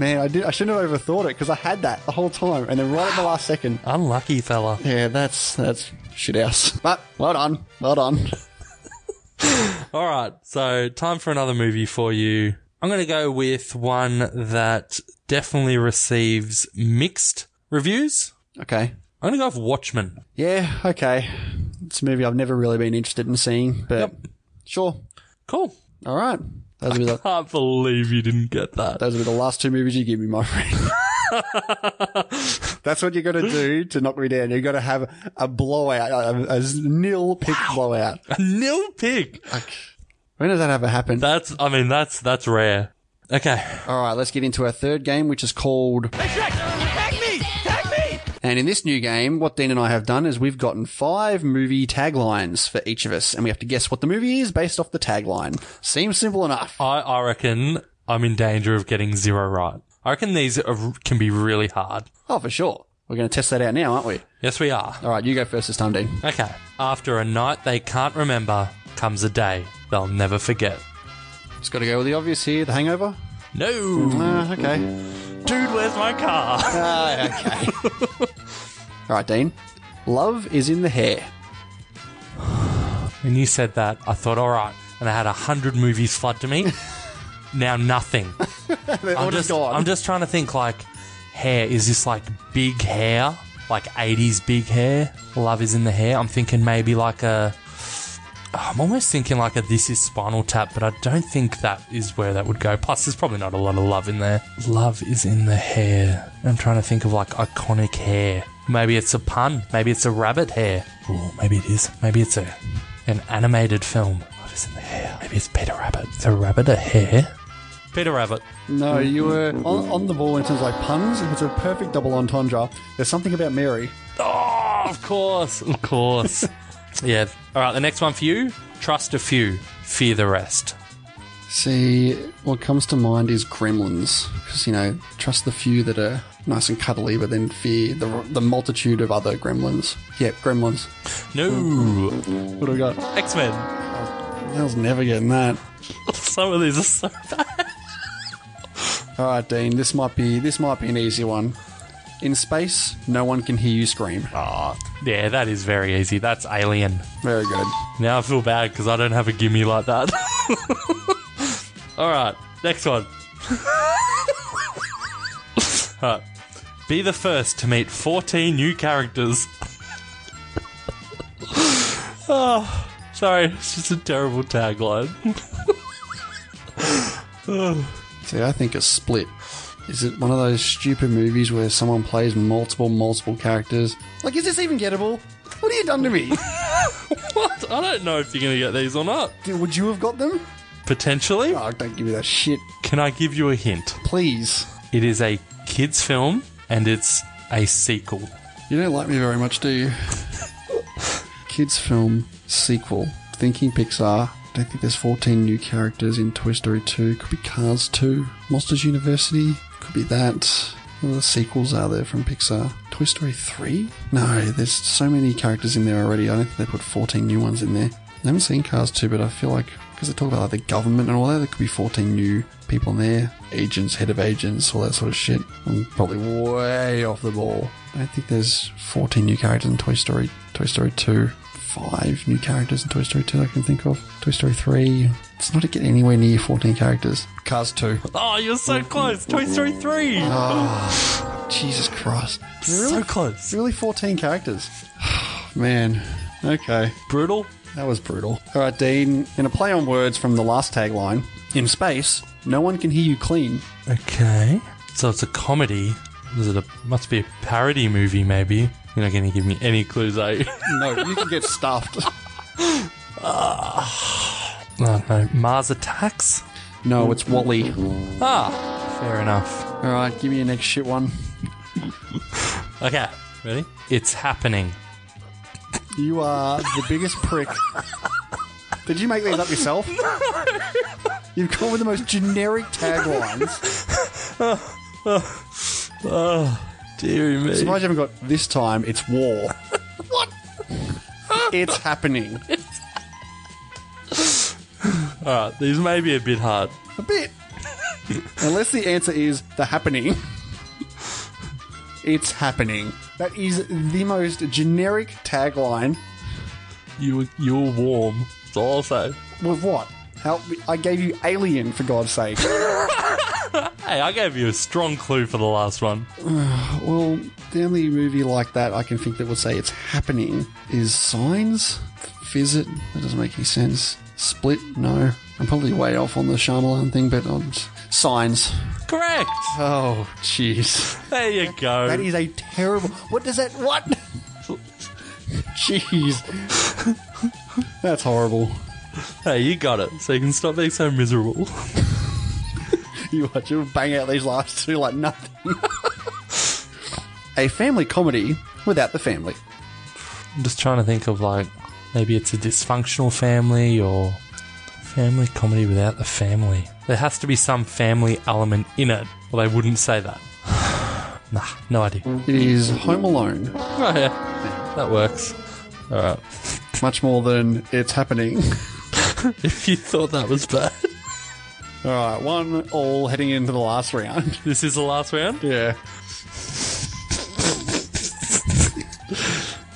[SPEAKER 2] Man, I did I shouldn't have overthought it because I had that the whole time, and then right at the last second,
[SPEAKER 1] Unlucky fella.
[SPEAKER 2] Yeah, that's that's shit house. But well done, well done.
[SPEAKER 1] All right, so time for another movie for you. I'm going to go with one that definitely receives mixed reviews.
[SPEAKER 2] Okay.
[SPEAKER 1] I'm going to go with Watchmen.
[SPEAKER 2] Yeah. Okay. It's a movie I've never really been interested in seeing, but sure.
[SPEAKER 1] Cool.
[SPEAKER 2] All right. Those will be the
[SPEAKER 1] Can't believe you didn't get that.
[SPEAKER 2] those will be the last two movies you give me, my friend. That's what you got to do to knock me down. You got to have a blowout, a, a nil pick blowout.
[SPEAKER 1] Nil pick.
[SPEAKER 2] When does that ever happen?
[SPEAKER 1] That's, I mean, that's, that's rare. Okay.
[SPEAKER 2] All right, let's get into our third game, which is called. Tag me! Tag me! And in this new game, what Dean and I have done is we've gotten five movie taglines for each of us, and we have to guess what the movie is based off the tagline. Seems simple enough.
[SPEAKER 1] I, I reckon I'm in danger of getting zero right. I reckon these are, can be really hard.
[SPEAKER 2] Oh, for sure. We're going to test that out now, aren't we?
[SPEAKER 1] Yes, we are.
[SPEAKER 2] All right, you go first this time, Dean.
[SPEAKER 1] Okay. After a night they can't remember comes a day they'll never forget.
[SPEAKER 2] Just got to go with the obvious here The Hangover.
[SPEAKER 1] No.
[SPEAKER 2] Uh, okay.
[SPEAKER 1] Dude, where's my car?
[SPEAKER 2] Uh, okay. All right, Dean. Love is in the hair.
[SPEAKER 1] When you said that, I thought, all right. And I had a hundred movies flood to me. now nothing. I'm
[SPEAKER 2] all
[SPEAKER 1] just,
[SPEAKER 2] just gone.
[SPEAKER 1] I'm just trying to think like, hair. Is this like big hair? Like 80s big hair? Love is in the hair. I'm thinking maybe like a. I'm almost thinking like a This Is Spinal Tap, but I don't think that is where that would go. Plus, there's probably not a lot of love in there. Love is in the hair. I'm trying to think of like iconic hair. Maybe it's a pun. Maybe it's a rabbit hair. Ooh, maybe it is. Maybe it's a an animated film. Love is in the hair. Maybe it's Peter Rabbit. Is a rabbit a hair? Peter Rabbit.
[SPEAKER 2] No, you were on, on the ball in terms of like puns. It's a perfect double entendre. There's something about Mary.
[SPEAKER 1] Oh, of course, of course. yeah. All right, the next one for you. Trust a few, fear the rest.
[SPEAKER 2] See, what comes to mind is Gremlins. Because, you know, trust the few that are nice and cuddly, but then fear the, the multitude of other gremlins. Yep, Gremlins.
[SPEAKER 1] No,
[SPEAKER 2] What do we got?
[SPEAKER 1] X Men.
[SPEAKER 2] I was never getting that.
[SPEAKER 1] Some of these are so bad.
[SPEAKER 2] All right, Dean. This might be this might be an easy one. In space, no one can hear you scream.
[SPEAKER 1] Yeah, that is very easy. That's Alien.
[SPEAKER 2] Very good.
[SPEAKER 1] Now I feel bad because I don't have a gimme like that. All right, next one. All right. Be the first to meet 14 new characters. oh, sorry, it's just a terrible tagline.
[SPEAKER 2] See, I think it's split. Is it one of those stupid movies where someone plays multiple, multiple characters? Like, is this even gettable? What have you done to me?
[SPEAKER 1] what? I don't know if you're going to get these or not.
[SPEAKER 2] Dude, Would you have got them?
[SPEAKER 1] Potentially.
[SPEAKER 2] Oh, don't give me that shit.
[SPEAKER 1] Can I give you a hint?
[SPEAKER 2] Please.
[SPEAKER 1] It is a kids' film and it's a sequel.
[SPEAKER 2] You don't like me very much, do you? Kids film sequel. Thinking Pixar. Don't think there's 14 new characters in Toy Story 2. Could be Cars 2. Monsters University. Could be that. What other sequels are there from Pixar? Toy Story 3? No, there's so many characters in there already. I don't think they put 14 new ones in there. I haven't seen Cars 2, but I feel like because they talk about like the government and all that, there could be 14 new people in there. Agents, head of agents, all that sort of shit. I'm probably way off the ball. I don't think there's 14 new characters in Toy Story, Toy Story 2. Five new characters in Toy Story 2 I can think of. Toy Story 3. It's not to get anywhere near 14 characters. Cars 2.
[SPEAKER 1] Oh, you're so close. Toy Story 3.
[SPEAKER 2] Jesus Christ.
[SPEAKER 1] So close.
[SPEAKER 2] Really 14 characters. Man. Okay.
[SPEAKER 1] Brutal.
[SPEAKER 2] That was brutal. All right, Dean, in a play on words from the last tagline In space, no one can hear you clean.
[SPEAKER 1] Okay. So it's a comedy. Is it a must be a parody movie maybe? You're not gonna give me any clues, are you?
[SPEAKER 2] No, you can get stuffed.
[SPEAKER 1] oh no. Mars attacks?
[SPEAKER 2] No, it's Wally.
[SPEAKER 1] Ah fair enough.
[SPEAKER 2] All right, give me your next shit one.
[SPEAKER 1] Okay. Ready? It's happening.
[SPEAKER 2] You are the biggest prick. Did you make these up yourself? You've come with the most generic taglines.
[SPEAKER 1] Dear me.
[SPEAKER 2] Surprised you haven't got this time. It's war. what? It's happening.
[SPEAKER 1] Alright, Uh, these may be a bit hard.
[SPEAKER 2] A bit. Unless the answer is the happening. It's happening. That is the most generic tagline.
[SPEAKER 1] You were you were warm. That's all I'll say.
[SPEAKER 2] With what? How I gave you alien for God's sake.
[SPEAKER 1] Hey, I gave you a strong clue for the last one.
[SPEAKER 2] well, the only movie like that I can think that would say it's happening is Signs. Visit. That doesn't make any sense. Split. No. I'm probably way off on the Shyamalan thing, but um, Signs.
[SPEAKER 1] Correct.
[SPEAKER 2] Oh, jeez.
[SPEAKER 1] There Uh, you go.
[SPEAKER 2] That is a terrible. What does that? What? Jeez, that's horrible.
[SPEAKER 1] hey, you got it. So you can stop being so miserable.
[SPEAKER 2] You watch you bang out these last two like nothing. a family comedy without the family.
[SPEAKER 1] I'm just trying to think of like maybe it's a dysfunctional family or family comedy without the family. There has to be some family element in it, or they wouldn't say that. nah, no idea.
[SPEAKER 2] It is Home Alone,
[SPEAKER 1] Oh yeah, that works. All right.
[SPEAKER 2] much more than it's happening.
[SPEAKER 1] If you thought that was bad,
[SPEAKER 2] All right, one all heading into the last round.
[SPEAKER 1] this is the last round.
[SPEAKER 2] Yeah,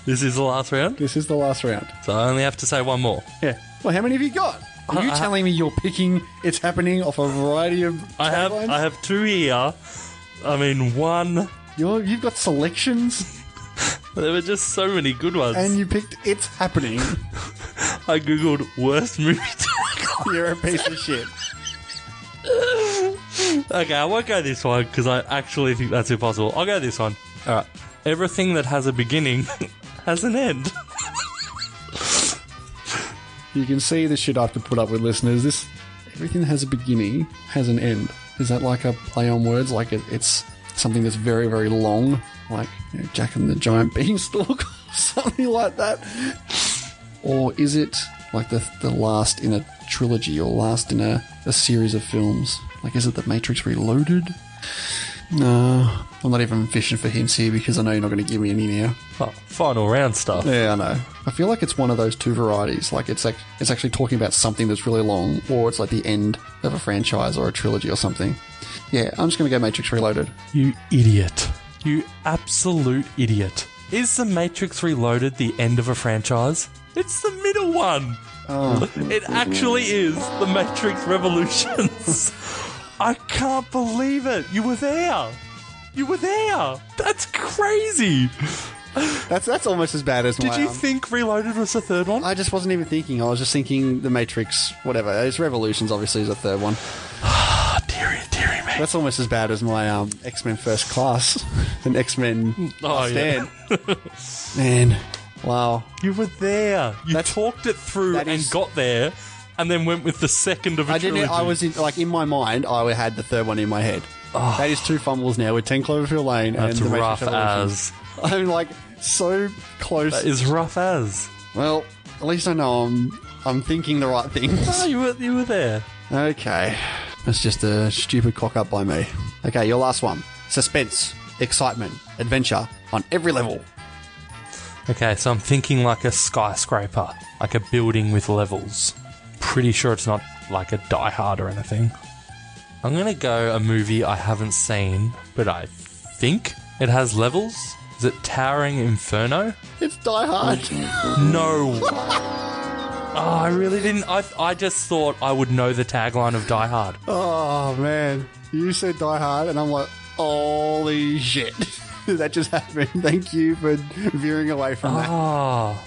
[SPEAKER 1] This is the last round.
[SPEAKER 2] this is the last round.
[SPEAKER 1] So I only have to say one more.
[SPEAKER 2] Yeah. Well, how many have you got? Are you telling me you're picking it's happening off a variety of
[SPEAKER 1] I have
[SPEAKER 2] taglines?
[SPEAKER 1] I have two here. I mean one.
[SPEAKER 2] You're, you've got selections
[SPEAKER 1] There were just so many good ones.
[SPEAKER 2] and you picked It's Happening.
[SPEAKER 1] I googled worst movie. tagline.
[SPEAKER 2] You're a piece of shit.
[SPEAKER 1] Okay, I won't go this one because I actually think that's impossible. I'll go this one. All right. Everything that has a beginning has an end.
[SPEAKER 2] You can see the shit I have to put up with, listeners. This
[SPEAKER 9] everything that has a beginning has an end. Is that like a play on words? Like it, it's something that's very, very long, like you know, Jack and the Giant Beanstalk or something like that? Or is it like the, the last in a trilogy or last in a, a series of films? Like, is it The Matrix Reloaded? No, I'm not even fishing for hints here because I know you're not going to give me any now.
[SPEAKER 1] Oh, final round stuff.
[SPEAKER 9] Yeah, I know. I feel like it's one of those two varieties. Like it's like it's actually talking about something that's really long, or it's like the end of a franchise or a trilogy or something. Yeah, I'm just gonna go Matrix Reloaded.
[SPEAKER 1] You idiot. You absolute idiot. Is The Matrix Reloaded the end of a franchise? It's the middle one. It actually is The Matrix Revolutions. I can't believe it. You were there. You were there. That's crazy.
[SPEAKER 2] That's that's almost as bad as
[SPEAKER 1] Did
[SPEAKER 2] my.
[SPEAKER 1] you
[SPEAKER 2] um,
[SPEAKER 1] think Reloaded was the third one?
[SPEAKER 2] I just wasn't even thinking. I was just thinking the Matrix, whatever. It's Revolutions, obviously, is the third one.
[SPEAKER 1] Oh, dearie, dearie me.
[SPEAKER 2] That's almost as bad as my um, X Men First Class and X Men
[SPEAKER 1] Oh, yeah.
[SPEAKER 2] Stand. Man, wow.
[SPEAKER 1] You were there. You
[SPEAKER 2] That's-
[SPEAKER 1] talked it through
[SPEAKER 2] that
[SPEAKER 1] and
[SPEAKER 2] is-
[SPEAKER 1] got there, and then went with the second of a
[SPEAKER 2] I
[SPEAKER 1] trilogy.
[SPEAKER 2] didn't. e- I was in, like in my mind. I had the third one in my head. That is two fumbles now with Ten Cloverfield Lane
[SPEAKER 1] Oh. That's
[SPEAKER 2] and the
[SPEAKER 1] rough
[SPEAKER 2] Matrix
[SPEAKER 1] as.
[SPEAKER 2] Revolutions. I'm like so close.
[SPEAKER 1] That is rough as.
[SPEAKER 2] well, at least I know I'm I'm thinking the right
[SPEAKER 1] Oh,
[SPEAKER 2] things.
[SPEAKER 1] you were, you were there.
[SPEAKER 2] okay, that's just a stupid cock up by me. Okay, your last one: suspense, excitement, adventure on every level.
[SPEAKER 1] Okay, so I'm thinking like a skyscraper, like a building with levels. Pretty sure it's not like a Die Hard or anything. I'm gonna go a movie I haven't seen, but I think it has levels. Is it Towering Inferno?
[SPEAKER 2] It's Die Hard.
[SPEAKER 1] No. Oh, I really didn't. I, I just thought I would know the tagline of Die Hard.
[SPEAKER 2] oh man, you said Die Hard, and I'm like, holy shit. That just happened. Thank you for veering away from that.
[SPEAKER 1] Oh,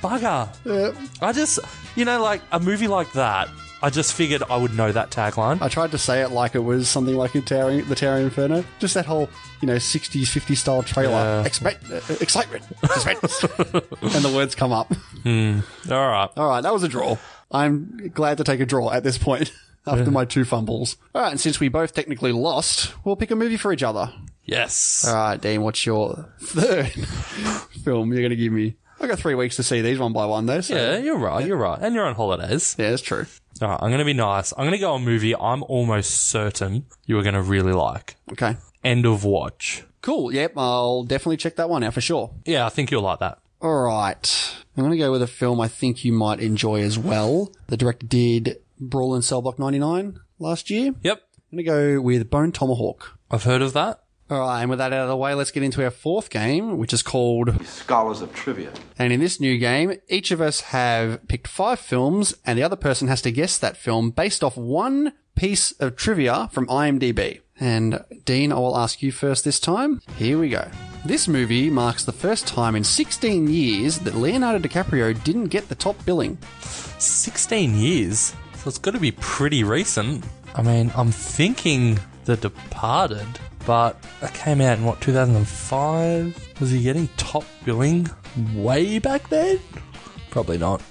[SPEAKER 1] bugger.
[SPEAKER 2] Yep.
[SPEAKER 1] I just, you know, like a movie like that, I just figured I would know that tagline.
[SPEAKER 2] I tried to say it like it was something like a towering, the Tower Inferno. Just that whole, you know, 60s, 50s style trailer.
[SPEAKER 1] Yeah.
[SPEAKER 2] Expect, uh, excitement, suspense. and the words come up.
[SPEAKER 1] All right.
[SPEAKER 2] All right, that was a draw. I'm glad to take a draw at this point after my two fumbles. All right, and since we both technically lost, we'll pick a movie for each other.
[SPEAKER 1] Yes.
[SPEAKER 2] All right, Dean, what's your third film you're going to give me? I got three weeks to see these one by one, though. So.
[SPEAKER 1] Yeah, you're right. You're right. And you're on holidays.
[SPEAKER 2] Yeah, that's true.
[SPEAKER 1] All right. I'm going to be nice. I'm going to go on a movie I'm almost certain you are going to really like.
[SPEAKER 2] Okay.
[SPEAKER 1] End of Watch.
[SPEAKER 2] Cool. Yep, I'll definitely check that one out for sure.
[SPEAKER 1] Yeah, I think you'll like that.
[SPEAKER 2] All right. I'm going to go with a film I think you might enjoy as well. The director did Brawl in Cell Block 99 last year. I'm
[SPEAKER 1] Yep.
[SPEAKER 2] going to go with Bone Tomahawk.
[SPEAKER 1] I've heard of that.
[SPEAKER 2] All right, and with that out of the way, let's get into our fourth game, which is called
[SPEAKER 4] Scholars of trivia.
[SPEAKER 2] And in this new game, each of us have picked five films, and the other person has to guess that film based off one piece of trivia from IMDb. And Dean, I will ask you first this time. Here we go. This movie marks the first time in 16 years that Leonardo DiCaprio didn't get the top billing.
[SPEAKER 1] 16 years. So it's got to be pretty recent. I mean, I'm thinking The Departed, but that came out in what, 2005? Was he getting top billing way back then? Probably not.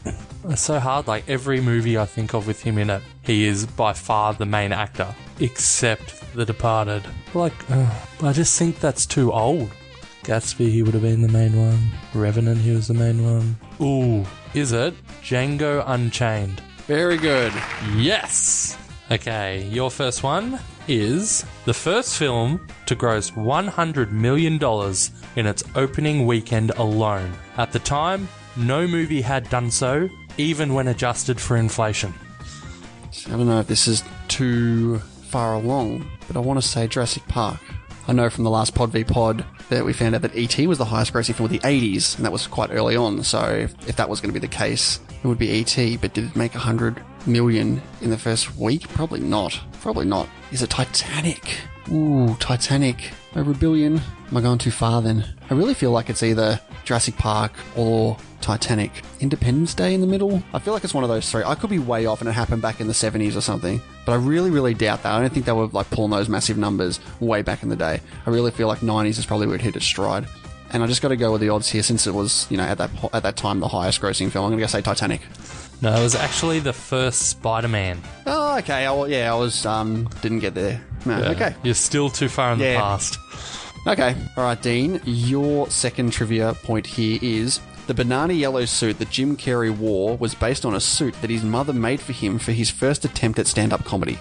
[SPEAKER 1] It's so hard. Like every movie I think of with him in it, he is by far the main actor, except The Departed. Like, uh, I just think that's too old. Gatsby, he would have been the main one. Revenant, he was the main one. Ooh, is it Django Unchained?
[SPEAKER 2] Very good.
[SPEAKER 1] Yes! Okay, your first one is the first film to gross $100 million in its opening weekend alone. At the time, no movie had done so, even when adjusted for inflation.
[SPEAKER 2] I don't know if this is too far along, but I want to say Jurassic Park. I know from the last Pod v Pod that we found out that E.T. was the highest grossing film of the 80s, and that was quite early on. So if, if that was going to be the case, it would be E.T., but did it make 100 million in the first week? Probably not. Probably not. Is it Titanic? Ooh, Titanic. Over a billion. Am I going too far then? I really feel like it's either Jurassic Park or Titanic. Independence Day in the middle? I feel like it's one of those three. I could be way off and it happened back in the 70s or something, but I really, really doubt that. I don't think they were like pulling those massive numbers way back in the day. I really feel like 90s is probably where it hit its stride. And I just got to go with the odds here since it was, you know, at that po- at that time the highest grossing film. I'm going to say Titanic.
[SPEAKER 1] No, it was actually the first Spider Man.
[SPEAKER 2] Oh, okay. I, wa- yeah, I was um didn't get there. No, okay.
[SPEAKER 1] You're still too far in the
[SPEAKER 2] Yeah.
[SPEAKER 1] past.
[SPEAKER 2] Okay. All right, Dean, your second trivia point here is the banana yellow suit that Jim Carrey wore was based on a suit that his mother made for him for his first attempt at stand up comedy.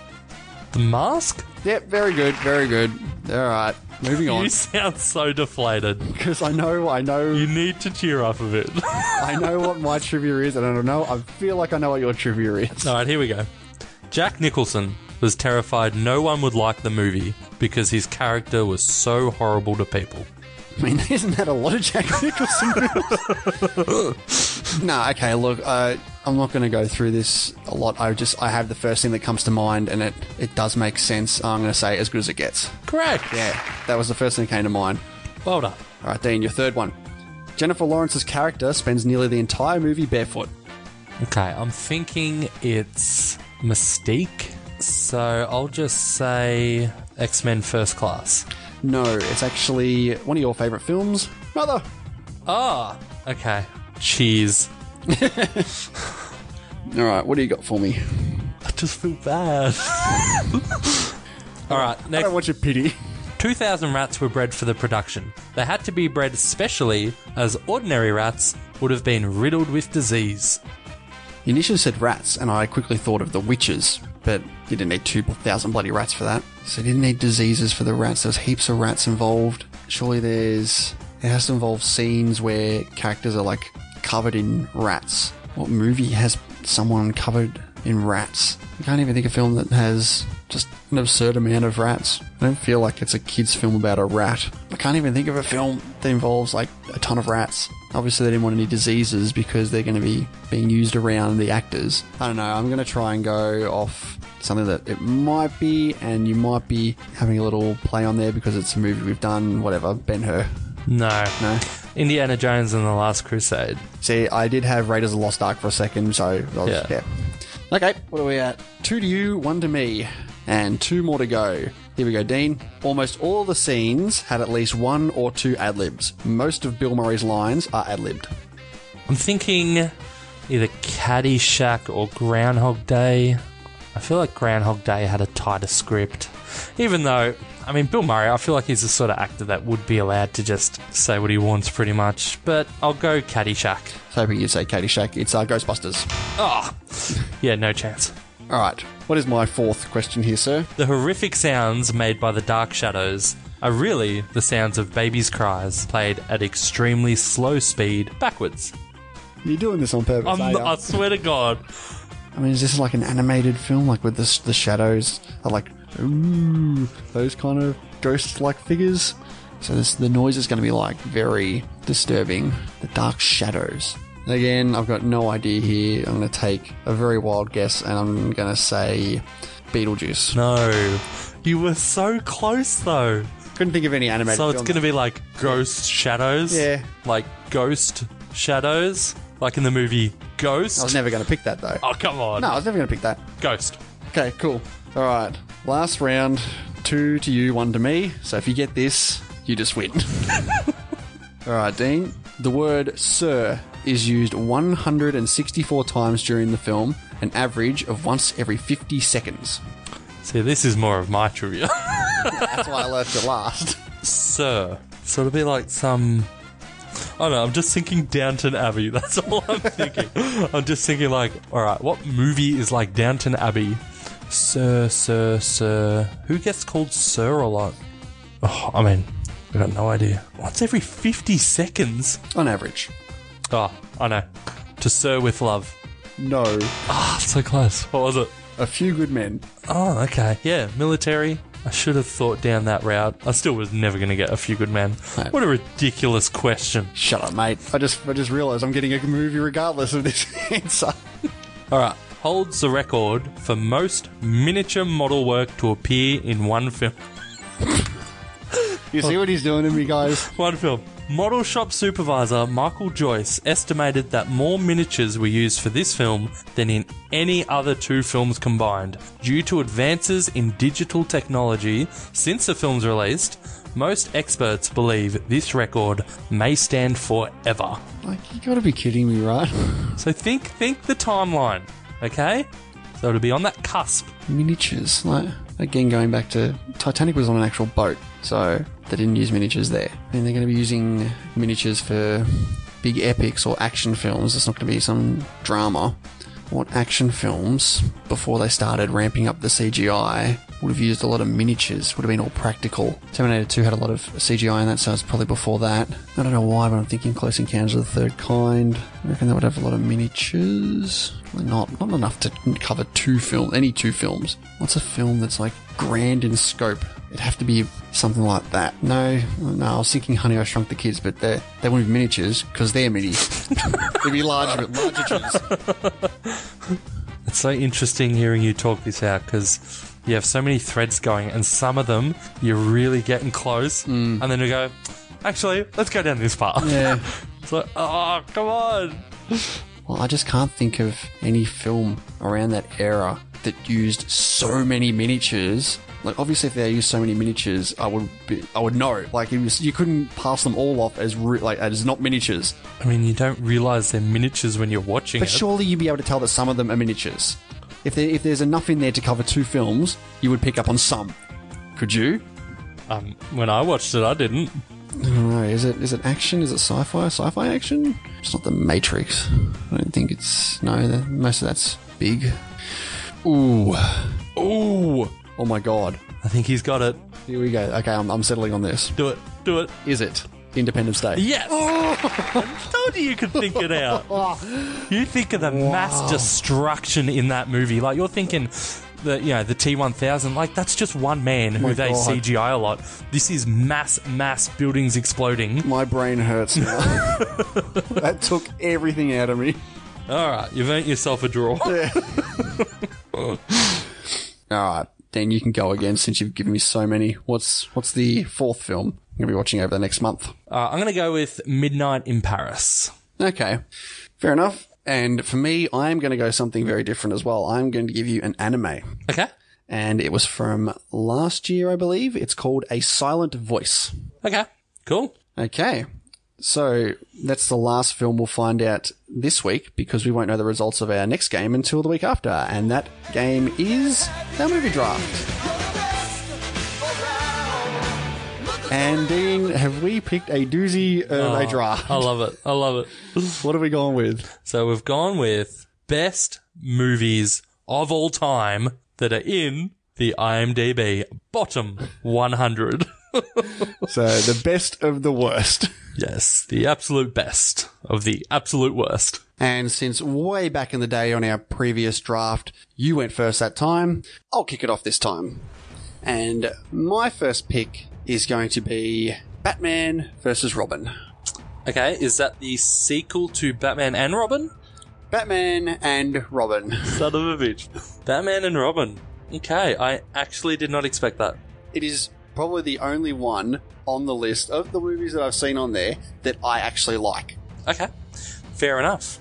[SPEAKER 1] The mask?
[SPEAKER 2] Yep, very good, very good. All right, moving on.
[SPEAKER 1] You sound so deflated.
[SPEAKER 2] Because I know, I know,
[SPEAKER 1] You need to cheer up a bit.
[SPEAKER 2] I know what my trivia is, and I don't know, I feel like I know what your trivia is.
[SPEAKER 1] All right, here we go. Jack Nicholson was terrified no one would like the movie because his character was so horrible to people.
[SPEAKER 2] I mean, isn't that a lot of Jack Nicholson movies? no, okay, look, uh, I'm not going to go through this a lot. I just, I have the first thing that comes to mind, and it, it does make sense. I'm going to say as good as it gets.
[SPEAKER 1] Correct.
[SPEAKER 2] Yeah, that was the first thing that came to mind.
[SPEAKER 1] Well done.
[SPEAKER 2] All right, Dean, your third one. Jennifer Lawrence's character spends nearly the entire movie barefoot.
[SPEAKER 1] Okay, I'm thinking it's Mystique. So I'll just say X Men First Class.
[SPEAKER 2] No, it's actually one of your favourite films, Mother.
[SPEAKER 1] Ah, okay. Cheers.
[SPEAKER 2] All right, what do you got for me?
[SPEAKER 1] I just feel bad. All right, next.
[SPEAKER 2] want your pity.
[SPEAKER 1] 2,000 rats were bred for the production. They had to be bred specially, as ordinary rats would have been riddled with disease.
[SPEAKER 2] You initially said rats, and I quickly thought of the witches, but you didn't need 2,000 bloody rats for that. So you didn't need diseases for the rats. There's heaps of rats involved. Surely there's. It has to involve scenes where characters are like covered in rats. What movie has someone covered in rats? I can't even think of a film that has just an absurd amount of rats. I don't feel like it's a kid's film about a rat. I can't even think of a film that involves like a ton of rats. Obviously, they didn't want any diseases because they're going to be being used around the actors. I don't know. I'm going to try and go off something that it might be, and you might be having a little play on there because it's a movie we've done, whatever. Ben Hur.
[SPEAKER 1] No.
[SPEAKER 2] No.
[SPEAKER 1] Indiana Jones and the Last Crusade.
[SPEAKER 2] See, I did have Raiders of the Lost Ark for a second, so I was,
[SPEAKER 1] Yeah.
[SPEAKER 2] yeah. Okay, what are we at? Two to you, one to me, and two more to go. Here we go, Dean. Almost all the scenes had at least one or two ad libs. Most of Bill Murray's lines are ad libbed.
[SPEAKER 1] I'm thinking either Caddyshack or Groundhog Day. I feel like Groundhog Day had a tighter script. Even though, I mean, Bill Murray, I feel like he's the sort of actor that would be allowed to just say what he wants pretty much. But I'll go Caddyshack.
[SPEAKER 2] So hoping you'd say Caddyshack. It's uh, Ghostbusters.
[SPEAKER 1] Oh, yeah, no chance.
[SPEAKER 2] All right. What is my fourth question here, sir?
[SPEAKER 1] The horrific sounds made by the dark shadows are really the sounds of babies' cries played at extremely slow speed backwards.
[SPEAKER 2] You're doing this on purpose.
[SPEAKER 1] I'm not, I swear to God.
[SPEAKER 2] I mean, is this like an animated film, like with the s- the shadows are like ooh, those kind of ghost-like figures? So this, the noise is going to be like very disturbing. The dark shadows. Again, I've got no idea here. I'm going to take a very wild guess, and I'm going to say Beetlejuice.
[SPEAKER 1] No. You were so close though.
[SPEAKER 2] Couldn't think of any animated.
[SPEAKER 1] So it's going to be like ghost shadows.
[SPEAKER 2] Yeah.
[SPEAKER 1] Like ghost shadows. Like in the movie
[SPEAKER 2] I was
[SPEAKER 1] Ghost.
[SPEAKER 2] never going to pick that though.
[SPEAKER 1] Oh, come on.
[SPEAKER 2] No, I was never going to pick that.
[SPEAKER 1] Ghost.
[SPEAKER 2] Okay, cool. All right, last round. Two to you, one to me. So if you get this, you just win. All right, Dean. The word "sir" is used 164 times during the film, an average of once every 50 seconds.
[SPEAKER 1] See, this is more of my trivia.
[SPEAKER 2] That's why I left it last.
[SPEAKER 1] Sir. So it'll be like some. I don't know, I'm just thinking Downton Abbey. That's all I'm thinking. I'm just thinking, like, alright, what movie is like Downton Abbey? Sir, Sir, Sir. Who gets called Sir a lot? Oh, I mean, I got no idea. Once every 50 seconds?
[SPEAKER 2] On average.
[SPEAKER 1] Oh, I know. To Sir with Love.
[SPEAKER 2] No.
[SPEAKER 1] Ah, so close. What was it?
[SPEAKER 2] A few good men.
[SPEAKER 1] Oh, okay. Yeah, military. I should have thought down that route. I still was never going to get a few good men.
[SPEAKER 2] Right.
[SPEAKER 1] What a ridiculous question.
[SPEAKER 2] Shut up, mate. I just I just realised I'm getting a movie regardless of this answer.
[SPEAKER 1] All right. Holds the record for most miniature model work to appear in one film.
[SPEAKER 2] Oh. You see what he's doing to me, guys?
[SPEAKER 1] One film. Model shop supervisor Michael Joyce estimated that more miniatures were used for this film than in any other two films combined. Due to advances in digital technology since the film's released, most experts believe this record may stand forever.
[SPEAKER 2] Like, you gotta be kidding me, right?
[SPEAKER 1] So think think the timeline, okay? So it'll be on that cusp.
[SPEAKER 2] miniatures. Like again, going back to Titanic was on an actual boat, so they didn't use miniatures there. And they're going to be using miniatures for big epics or action films. It's not going to be some drama. What action films before they started ramping up the CGI would have used a lot of miniatures? Would have been all practical. Terminator 2 had a lot of CGI in that, so it's probably before that. I don't know why, but I'm thinking Close Encounters of the Third Kind. I reckon that would have a lot of miniatures. Probably not not enough to cover two film any two films. What's a film that's like grand in scope? It'd have to be something like that. No, no, I was thinking Honey I Shrunk the Kids, but they they wouldn't be miniatures because they're mini. They'd be larger, larger kids.
[SPEAKER 1] It's so interesting hearing you talk this out because you have so many threads going, and some of them you're really getting close, and then you go, actually, let's go down this path.
[SPEAKER 2] Mm. Yeah.
[SPEAKER 1] It's like, oh, come on.
[SPEAKER 2] Well, I just can't think of any film around that era that used so many miniatures. Like, obviously, if they used so many miniatures, I would be, I would know. Like, it was, you couldn't pass them all off as re- like as not miniatures.
[SPEAKER 1] I mean, you don't realize they're miniatures when you're watching
[SPEAKER 2] But
[SPEAKER 1] it.
[SPEAKER 2] surely you'd be able to tell that some of them are miniatures. If there, if there's enough in there to cover two films, you would pick up on some. Could you?
[SPEAKER 1] Um, when I watched it, I didn't.
[SPEAKER 2] I don't know. Is it is it action? Is it sci-fi? Sci-fi action? It's not the Matrix. I don't think it's no. The, most of that's big. Ooh, ooh. Oh my god.
[SPEAKER 1] I think he's got it.
[SPEAKER 2] Here we go. Okay, I'm, I'm settling on this.
[SPEAKER 1] Do it. Do it.
[SPEAKER 2] Is it Independence Day?
[SPEAKER 1] Yes.
[SPEAKER 2] Oh.
[SPEAKER 1] I told you you could think it out. You think of the mass destruction in that movie. Like you're thinking the you know the T1000. Like that's just one man who
[SPEAKER 2] my
[SPEAKER 1] they
[SPEAKER 2] God.
[SPEAKER 1] CGI a lot. This is mass mass buildings exploding.
[SPEAKER 2] My brain hurts now. that took everything out of me.
[SPEAKER 1] All right, you've earned yourself a draw.
[SPEAKER 2] All right, then you can go again since you've given me so many. What's what's the fourth film I'm gonna be watching over the next month?
[SPEAKER 1] Uh, I'm gonna go with Midnight in Paris.
[SPEAKER 2] Okay, fair enough. And for me, I'm going to go something very different as well. I'm going to give you an anime.
[SPEAKER 1] Okay.
[SPEAKER 2] And it was from last year, I believe. It's called A Silent Voice.
[SPEAKER 1] Okay. Cool.
[SPEAKER 2] Okay. So that's the last film we'll find out this week because we won't know the results of our next game until the week after. And that game is our movie draft. And Dean, have we picked a doozy of a draft?
[SPEAKER 1] I love it. I love it.
[SPEAKER 2] What are we going with?
[SPEAKER 1] So we've gone with best movies of all time that are in the IMDb bottom 100.
[SPEAKER 2] So the best of the worst.
[SPEAKER 1] yes, the absolute best of the absolute worst.
[SPEAKER 2] And since way back in the day on our previous draft, you went first that time, I'll kick it off this time. And my first pick is going to be Batman versus Robin.
[SPEAKER 1] Okay, is that the sequel to Batman and Robin?
[SPEAKER 2] Batman and Robin.
[SPEAKER 1] Son of a bitch. Batman and Robin. Okay, I actually did not expect that.
[SPEAKER 2] It is probably the only one on the list of the movies that I've seen on there that I actually like.
[SPEAKER 1] Okay, fair enough.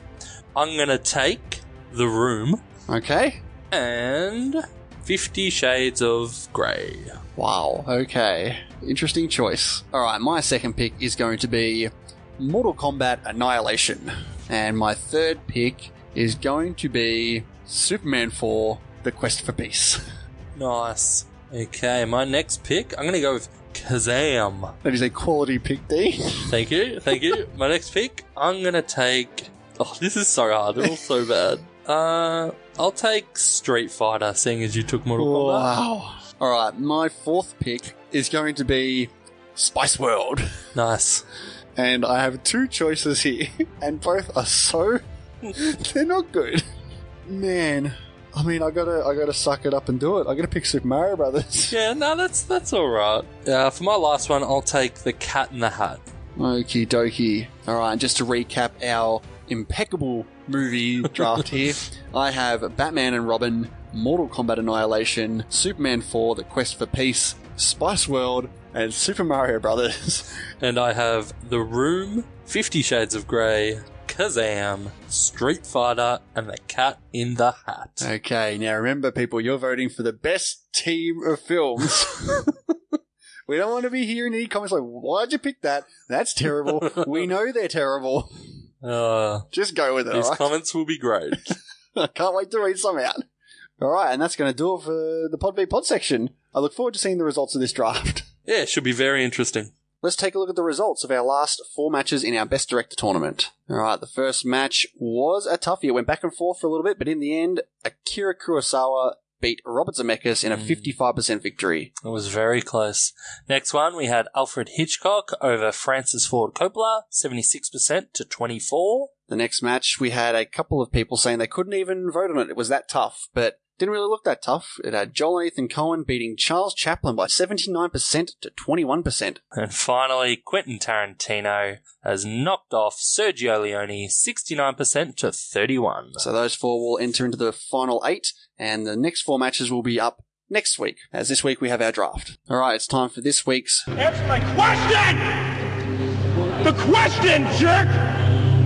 [SPEAKER 1] I'm gonna take The Room
[SPEAKER 2] Okay?
[SPEAKER 1] and Fifty Shades of Grey.
[SPEAKER 2] Wow, okay. Interesting choice. Alright, my second pick is going to be Mortal Kombat Annihilation. And my third pick is going to be Superman 4 The Quest for Peace.
[SPEAKER 1] Nice. Okay, my next pick, I'm going to go with Kazam.
[SPEAKER 2] That is a quality pick, D.
[SPEAKER 1] Thank you, thank you. my next pick, I'm going to take. Oh, this is so hard. They're all so bad. Uh, I'll take Street Fighter, seeing as you took Mortal Kombat.
[SPEAKER 2] Wow. Alright, my fourth pick is going to be Spice World.
[SPEAKER 1] Nice.
[SPEAKER 2] And I have two choices here, and both are so they're not good. Man. I mean I gotta I gotta suck it up and do it. I gotta pick Super Mario Brothers.
[SPEAKER 1] Yeah, no, that's that's all right. Uh, for my last one, I'll take the Cat in the Hat.
[SPEAKER 2] Okie dokie. All right, just to recap our impeccable movie draft here, I have Batman and Robin, Mortal Kombat Annihilation, Superman 4, The Quest for Peace, Spice World, and Super Mario Brothers.
[SPEAKER 1] And I have The Room, Fifty Shades of Grey, Kazam, Street Fighter, and The Cat in the Hat.
[SPEAKER 2] Okay, now remember, people, you're voting for the best team of films. we don't want to be hearing any comments like, "Why'd you pick that? That's terrible." we know they're terrible.
[SPEAKER 1] Uh,
[SPEAKER 2] Just go with it.
[SPEAKER 1] these
[SPEAKER 2] alright?
[SPEAKER 1] comments will be great.
[SPEAKER 2] I can't wait to read some out. All right, and that's going to do it for the Pod B Pod section. I look forward to seeing the results of this draft.
[SPEAKER 1] yeah, it should be very interesting.
[SPEAKER 2] Let's take a look at the results of our last four matches in our Best Director tournament. All right, the first match was a toughie. It went back and forth for a little bit, but in the end, Akira Kurosawa beat Robert Zemeckis in a 55% victory.
[SPEAKER 1] It was very close. Next one, we had Alfred Hitchcock over Francis Ford Coppola, 76% to 24.
[SPEAKER 2] The next match, we had a couple of people saying they couldn't even vote on it. It was that tough, but didn't really look that tough. It had Joel Ethan Cohen beating Charles Chaplin by 79% to 21%.
[SPEAKER 1] And finally, Quentin Tarantino has knocked off Sergio Leone, 69% to 31.
[SPEAKER 2] So those four will enter into the final eight, and the next four matches will be up next week, as this week we have our draft. All right, it's time for this week's
[SPEAKER 10] Answer my question! The question, jerk!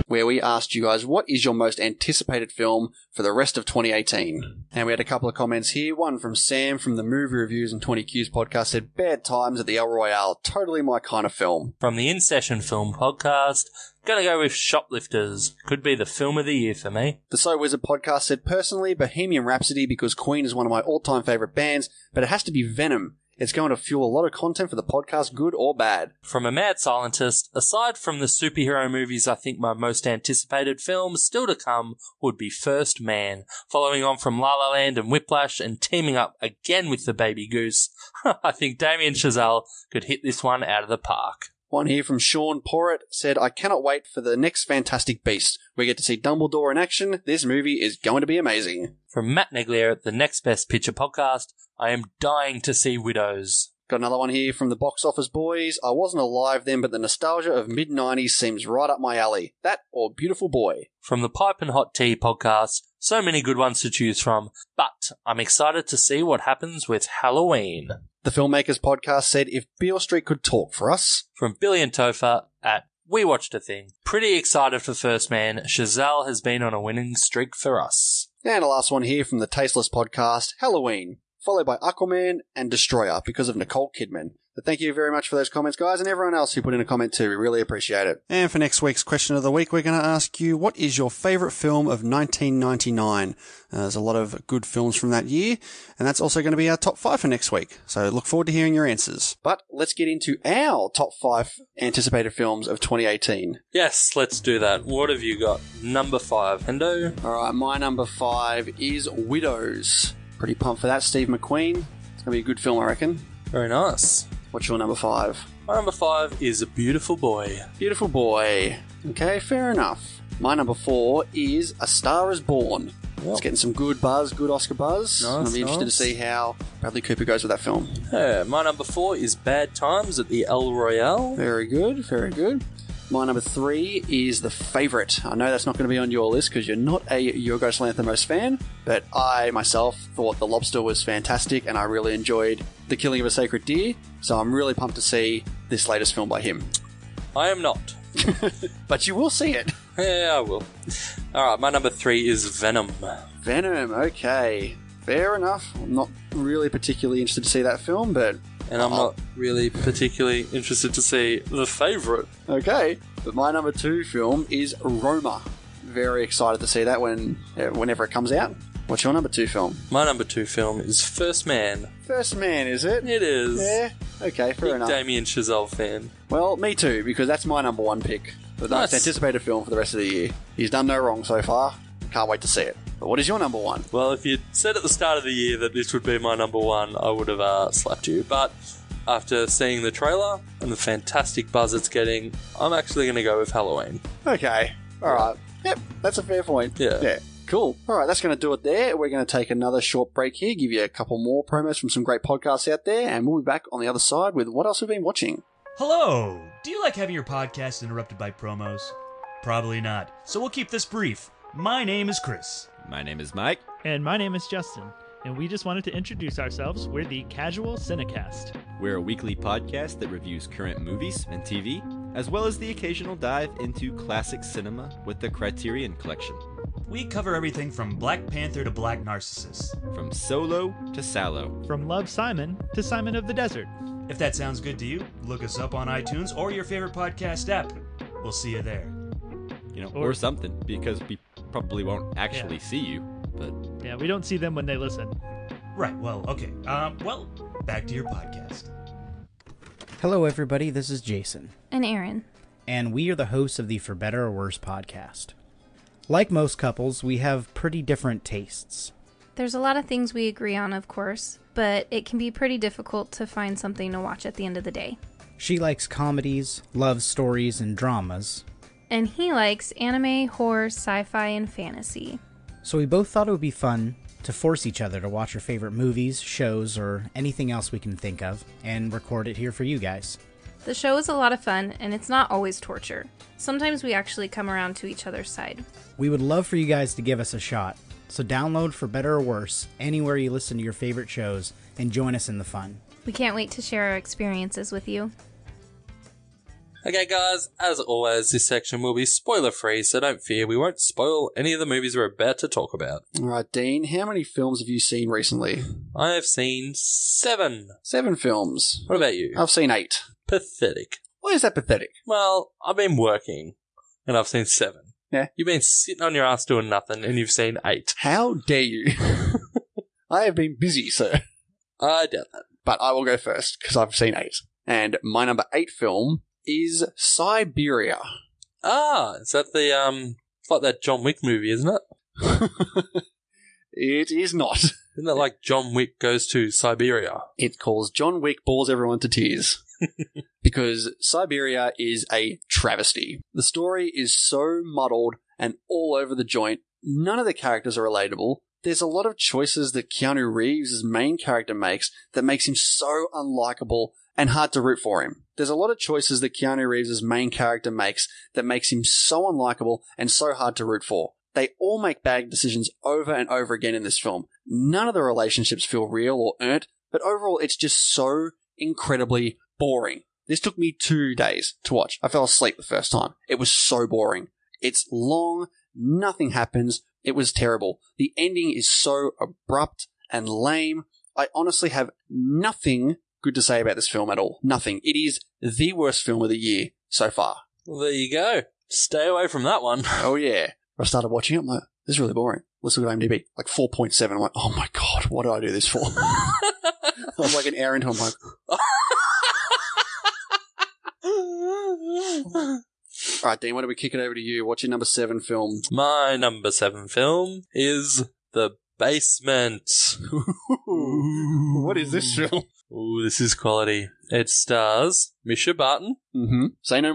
[SPEAKER 2] where we asked you guys what is your most anticipated film for the rest of 2018. And we had a couple of comments here. One from Sam from the Movie Reviews and 20Qs podcast said, Bad Times at the El Royale, totally my kind of film.
[SPEAKER 1] From the In Session Film Podcast, gonna go with Shoplifters. Could be the film of the year for me.
[SPEAKER 2] The So Wizard podcast said, Personally, Bohemian Rhapsody because Queen is one of my all time favourite bands, but it has to be Venom. It's going to fuel a lot of content for the podcast, good or bad.
[SPEAKER 1] From a mad scientist, aside from the superhero movies, I think my most anticipated film still to come would be First Man, following on from La La Land and Whiplash and teaming up again with the Baby Goose. I think Damien Chazelle could hit this one out of the park.
[SPEAKER 2] One here from Sean Porritt said, I cannot wait for the next Fantastic Beast. We get to see Dumbledore in action. This movie is going to be amazing.
[SPEAKER 1] From Matt Neglier at the Next Best Picture podcast, I am dying to see Widows.
[SPEAKER 2] Got another one here from the box office boys. I wasn't alive then, but the nostalgia of mid 90s seems right up my alley. That or Beautiful Boy.
[SPEAKER 1] From the Pipe and Hot Tea podcast, so many good ones to choose from, but I'm excited to see what happens with Halloween.
[SPEAKER 2] The Filmmakers podcast said, If Beale Street could talk for us,
[SPEAKER 1] From Billy and Topher at We Watched a Thing. Pretty excited for First Man. Chazelle has been on a winning streak for us.
[SPEAKER 2] And the last one here from the Tasteless podcast, Halloween, followed by Aquaman and Destroyer because of Nicole Kidman. But thank you very much for those comments, guys, and everyone else who put in a comment too. We really appreciate it. And for next week's question of the week, we're going to ask you what is your favourite film of 1999? Uh, there's a lot of good films from that year, and that's also going to be our top five for next week. So look forward to hearing your answers. But let's get into our top five anticipated films of 2018.
[SPEAKER 1] Yes, let's do that. What have you got? Number five, Hendo.
[SPEAKER 2] All right, my number five is Widows. Pretty pumped for that, Steve McQueen. It's gonna be a good film, I reckon.
[SPEAKER 1] Very nice.
[SPEAKER 2] What's your number five?
[SPEAKER 1] My number five is a beautiful boy.
[SPEAKER 2] Beautiful boy. Okay, fair enough. My number four is A Star Is Born. It's getting some good buzz, good Oscar buzz.
[SPEAKER 1] Nice,
[SPEAKER 2] I'm be interested
[SPEAKER 1] nice.
[SPEAKER 2] to see how Bradley Cooper goes with that film.
[SPEAKER 1] Yeah, my number four is Bad Times at the El Royale.
[SPEAKER 2] Very good, very good. My number three is The Favourite. I know that's not going to be on your list because you're not a Yorgos Lanthimos fan, but I myself thought The Lobster was fantastic and I really enjoyed The Killing of a Sacred Deer, so I'm really pumped to see this latest film by him.
[SPEAKER 1] I am not.
[SPEAKER 2] But you will see it.
[SPEAKER 1] Yeah, I will. All right, my number three is Venom.
[SPEAKER 2] Venom, okay. Fair enough. I'm not really particularly interested to see that film, but
[SPEAKER 1] And I'm not really particularly interested to see the favourite.
[SPEAKER 2] Okay, but my number two film is Roma. Very excited to see that when uh, whenever it comes out. What's your number two film?
[SPEAKER 1] My number two film is First Man.
[SPEAKER 2] First Man, is it?
[SPEAKER 1] It is.
[SPEAKER 2] Yeah. Okay, fair
[SPEAKER 1] Big
[SPEAKER 2] enough.
[SPEAKER 1] Damien Chazelle fan.
[SPEAKER 2] Well, me too, because that's my number one pick. The most
[SPEAKER 1] Nice.
[SPEAKER 2] anticipated film for the rest of the year. He's done no wrong so far. Can't wait to see it. But what is your number one?
[SPEAKER 1] Well, if you'd said at the start of the year that this would be my number one, I would have uh, slapped you. But after seeing the trailer and the fantastic buzz it's getting, I'm actually going to go with Halloween.
[SPEAKER 2] Okay. All right. Yep, that's a fair point.
[SPEAKER 1] Yeah.
[SPEAKER 2] Yeah. Cool. All right, that's going to do it there. We're going to take another short break here, give you a couple more promos from some great podcasts out there, and we'll be back on the other side with what else we've been watching.
[SPEAKER 10] Hello! Do you like having your podcast interrupted by promos? Probably not. So we'll keep this brief. My name is Chris.
[SPEAKER 11] My name is Mike.
[SPEAKER 5] And my name is Justin.
[SPEAKER 11] and we just wanted to introduce ourselves. We're the Casual Cinecast.
[SPEAKER 12] We're a weekly podcast that reviews current movies and TV, as well as the occasional dive into classic cinema with the Criterion Collection.
[SPEAKER 10] We cover everything from Black Panther to Black Narcissist,
[SPEAKER 12] from Solo to Sallow,
[SPEAKER 11] from Love Simon to Simon of the Desert.
[SPEAKER 10] If that sounds good to you, look us up on iTunes or your favorite podcast app. We'll see you there.
[SPEAKER 12] You know, or, or something, because we probably won't actually yeah. see you, but
[SPEAKER 11] yeah, we don't see them when they listen.
[SPEAKER 10] Right. Well, okay. Um, well, back to your podcast.
[SPEAKER 13] Hello, everybody. This is Jason
[SPEAKER 14] and Aaron,
[SPEAKER 13] and we are the hosts of the For Better or Worse podcast. Like most couples, we have pretty different tastes.
[SPEAKER 14] There's a lot of things we agree on, of course, but it can be pretty difficult to find something to watch at the end of the day.
[SPEAKER 13] She likes comedies, love stories, and dramas.
[SPEAKER 14] And he likes anime, horror, sci fi, and fantasy.
[SPEAKER 13] So we both thought it would be fun to force each other to watch our favorite movies, shows, or anything else we can think of and record it here for you guys.
[SPEAKER 14] The show is a lot of fun and it's not always torture. Sometimes we actually come around to each other's side.
[SPEAKER 13] We would love for you guys to give us a shot. So download for better or worse anywhere you listen to your favorite shows and join us in the fun.
[SPEAKER 14] We can't wait to share our experiences with you.
[SPEAKER 1] Okay, guys, as always, this section will be spoiler free, so don't fear, we won't spoil any of the movies we're about to talk about.
[SPEAKER 2] Alright, Dean, how many films have you seen recently?
[SPEAKER 1] I have seen seven.
[SPEAKER 2] Seven films.
[SPEAKER 1] What about you?
[SPEAKER 2] I've seen eight.
[SPEAKER 1] Pathetic.
[SPEAKER 2] Why is that pathetic?
[SPEAKER 1] Well, I've been working, and I've seen seven.
[SPEAKER 2] Yeah.
[SPEAKER 1] You've been sitting on your ass doing nothing, and you've seen eight.
[SPEAKER 2] How dare you? I have been busy, sir.
[SPEAKER 1] I doubt that.
[SPEAKER 2] But I will go first, because I've seen eight. And my number eight film is Siberia.
[SPEAKER 1] Ah, is that the um? It's like that John Wick movie, isn't it?
[SPEAKER 2] it is not.
[SPEAKER 1] Isn't that like John Wick goes to Siberia?
[SPEAKER 2] It calls John Wick bores everyone to tears. because Siberia is a travesty. The story is so muddled and all over the joint. None of the characters are relatable. There's a lot of choices that Keanu Reeves' main character makes that makes him so unlikable and hard to root for him. There's a lot of choices that Keanu Reeves' main character makes that makes him so unlikable and so hard to root for. They all make bad decisions over and over again in this film. None of the relationships feel real or earned, but overall it's just so incredibly boring. This took me two days to watch. I fell asleep the first time. It was so boring. It's long, nothing happens. It was terrible. The ending is so abrupt and lame. I honestly have nothing good to say about this film at all. Nothing. It is the worst film of the year so far.
[SPEAKER 1] Well, there you go. Stay away from that one.
[SPEAKER 2] oh, yeah. I started watching it. I'm like, this is really boring. Let's look at IMDb. Like 4.7. I went, oh my God, what did I do this for? I'm like an hour into it. I'm like, all right, Dean, why don't we kick it over to you? What's your number seven film?
[SPEAKER 1] My number seven film is The Basement.
[SPEAKER 2] what is this film?
[SPEAKER 1] Ooh, this is quality. It stars Misha Barton.
[SPEAKER 2] Mm-hmm. Say no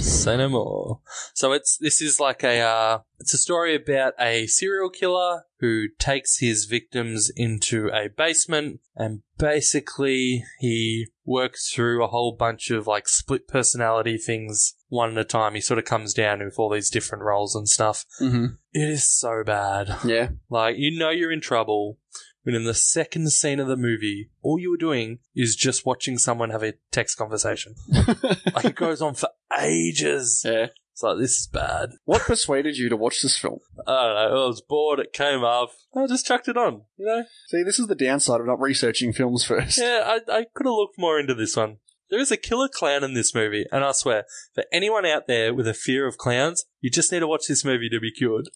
[SPEAKER 1] Say no more. So it's this is like a uh, it's a story about a serial killer who takes his victims into a basement and basically he works through a whole bunch of like split personality things one at a time. He sort of comes down with all these different roles and stuff.
[SPEAKER 2] Mm-hmm.
[SPEAKER 1] It is so bad.
[SPEAKER 2] Yeah,
[SPEAKER 1] like you know you're in trouble when in the second scene of the movie, all you were doing is just watching someone have a text conversation. like it goes on for ages.
[SPEAKER 2] Yeah.
[SPEAKER 1] It's like this is bad.
[SPEAKER 2] What persuaded you to watch this film?
[SPEAKER 1] I don't know. I was bored. It came up. I just chucked it on. You know.
[SPEAKER 2] See, this is the downside of not researching films first.
[SPEAKER 1] Yeah, I, I could have looked more into this one. There is a killer clown in this movie, and I swear, for anyone out there with a fear of clowns, you just need to watch this movie to be cured.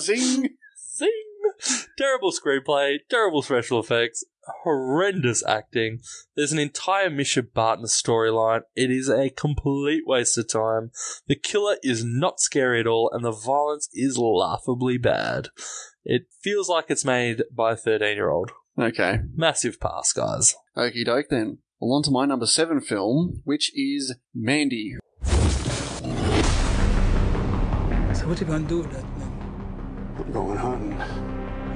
[SPEAKER 2] Zing.
[SPEAKER 1] Zing terrible screenplay, terrible special effects, horrendous acting. There's an entire Misha Barton storyline. It is a complete waste of time. The killer is not scary at all, and the violence is laughably bad. It feels like it's made by a 13 year old.
[SPEAKER 2] Okay.
[SPEAKER 1] Massive pass, guys.
[SPEAKER 2] Okie doke then. Well, on to my number seven film, which is Mandy.
[SPEAKER 15] So, what you gonna do with that
[SPEAKER 8] man? I'm going hunting.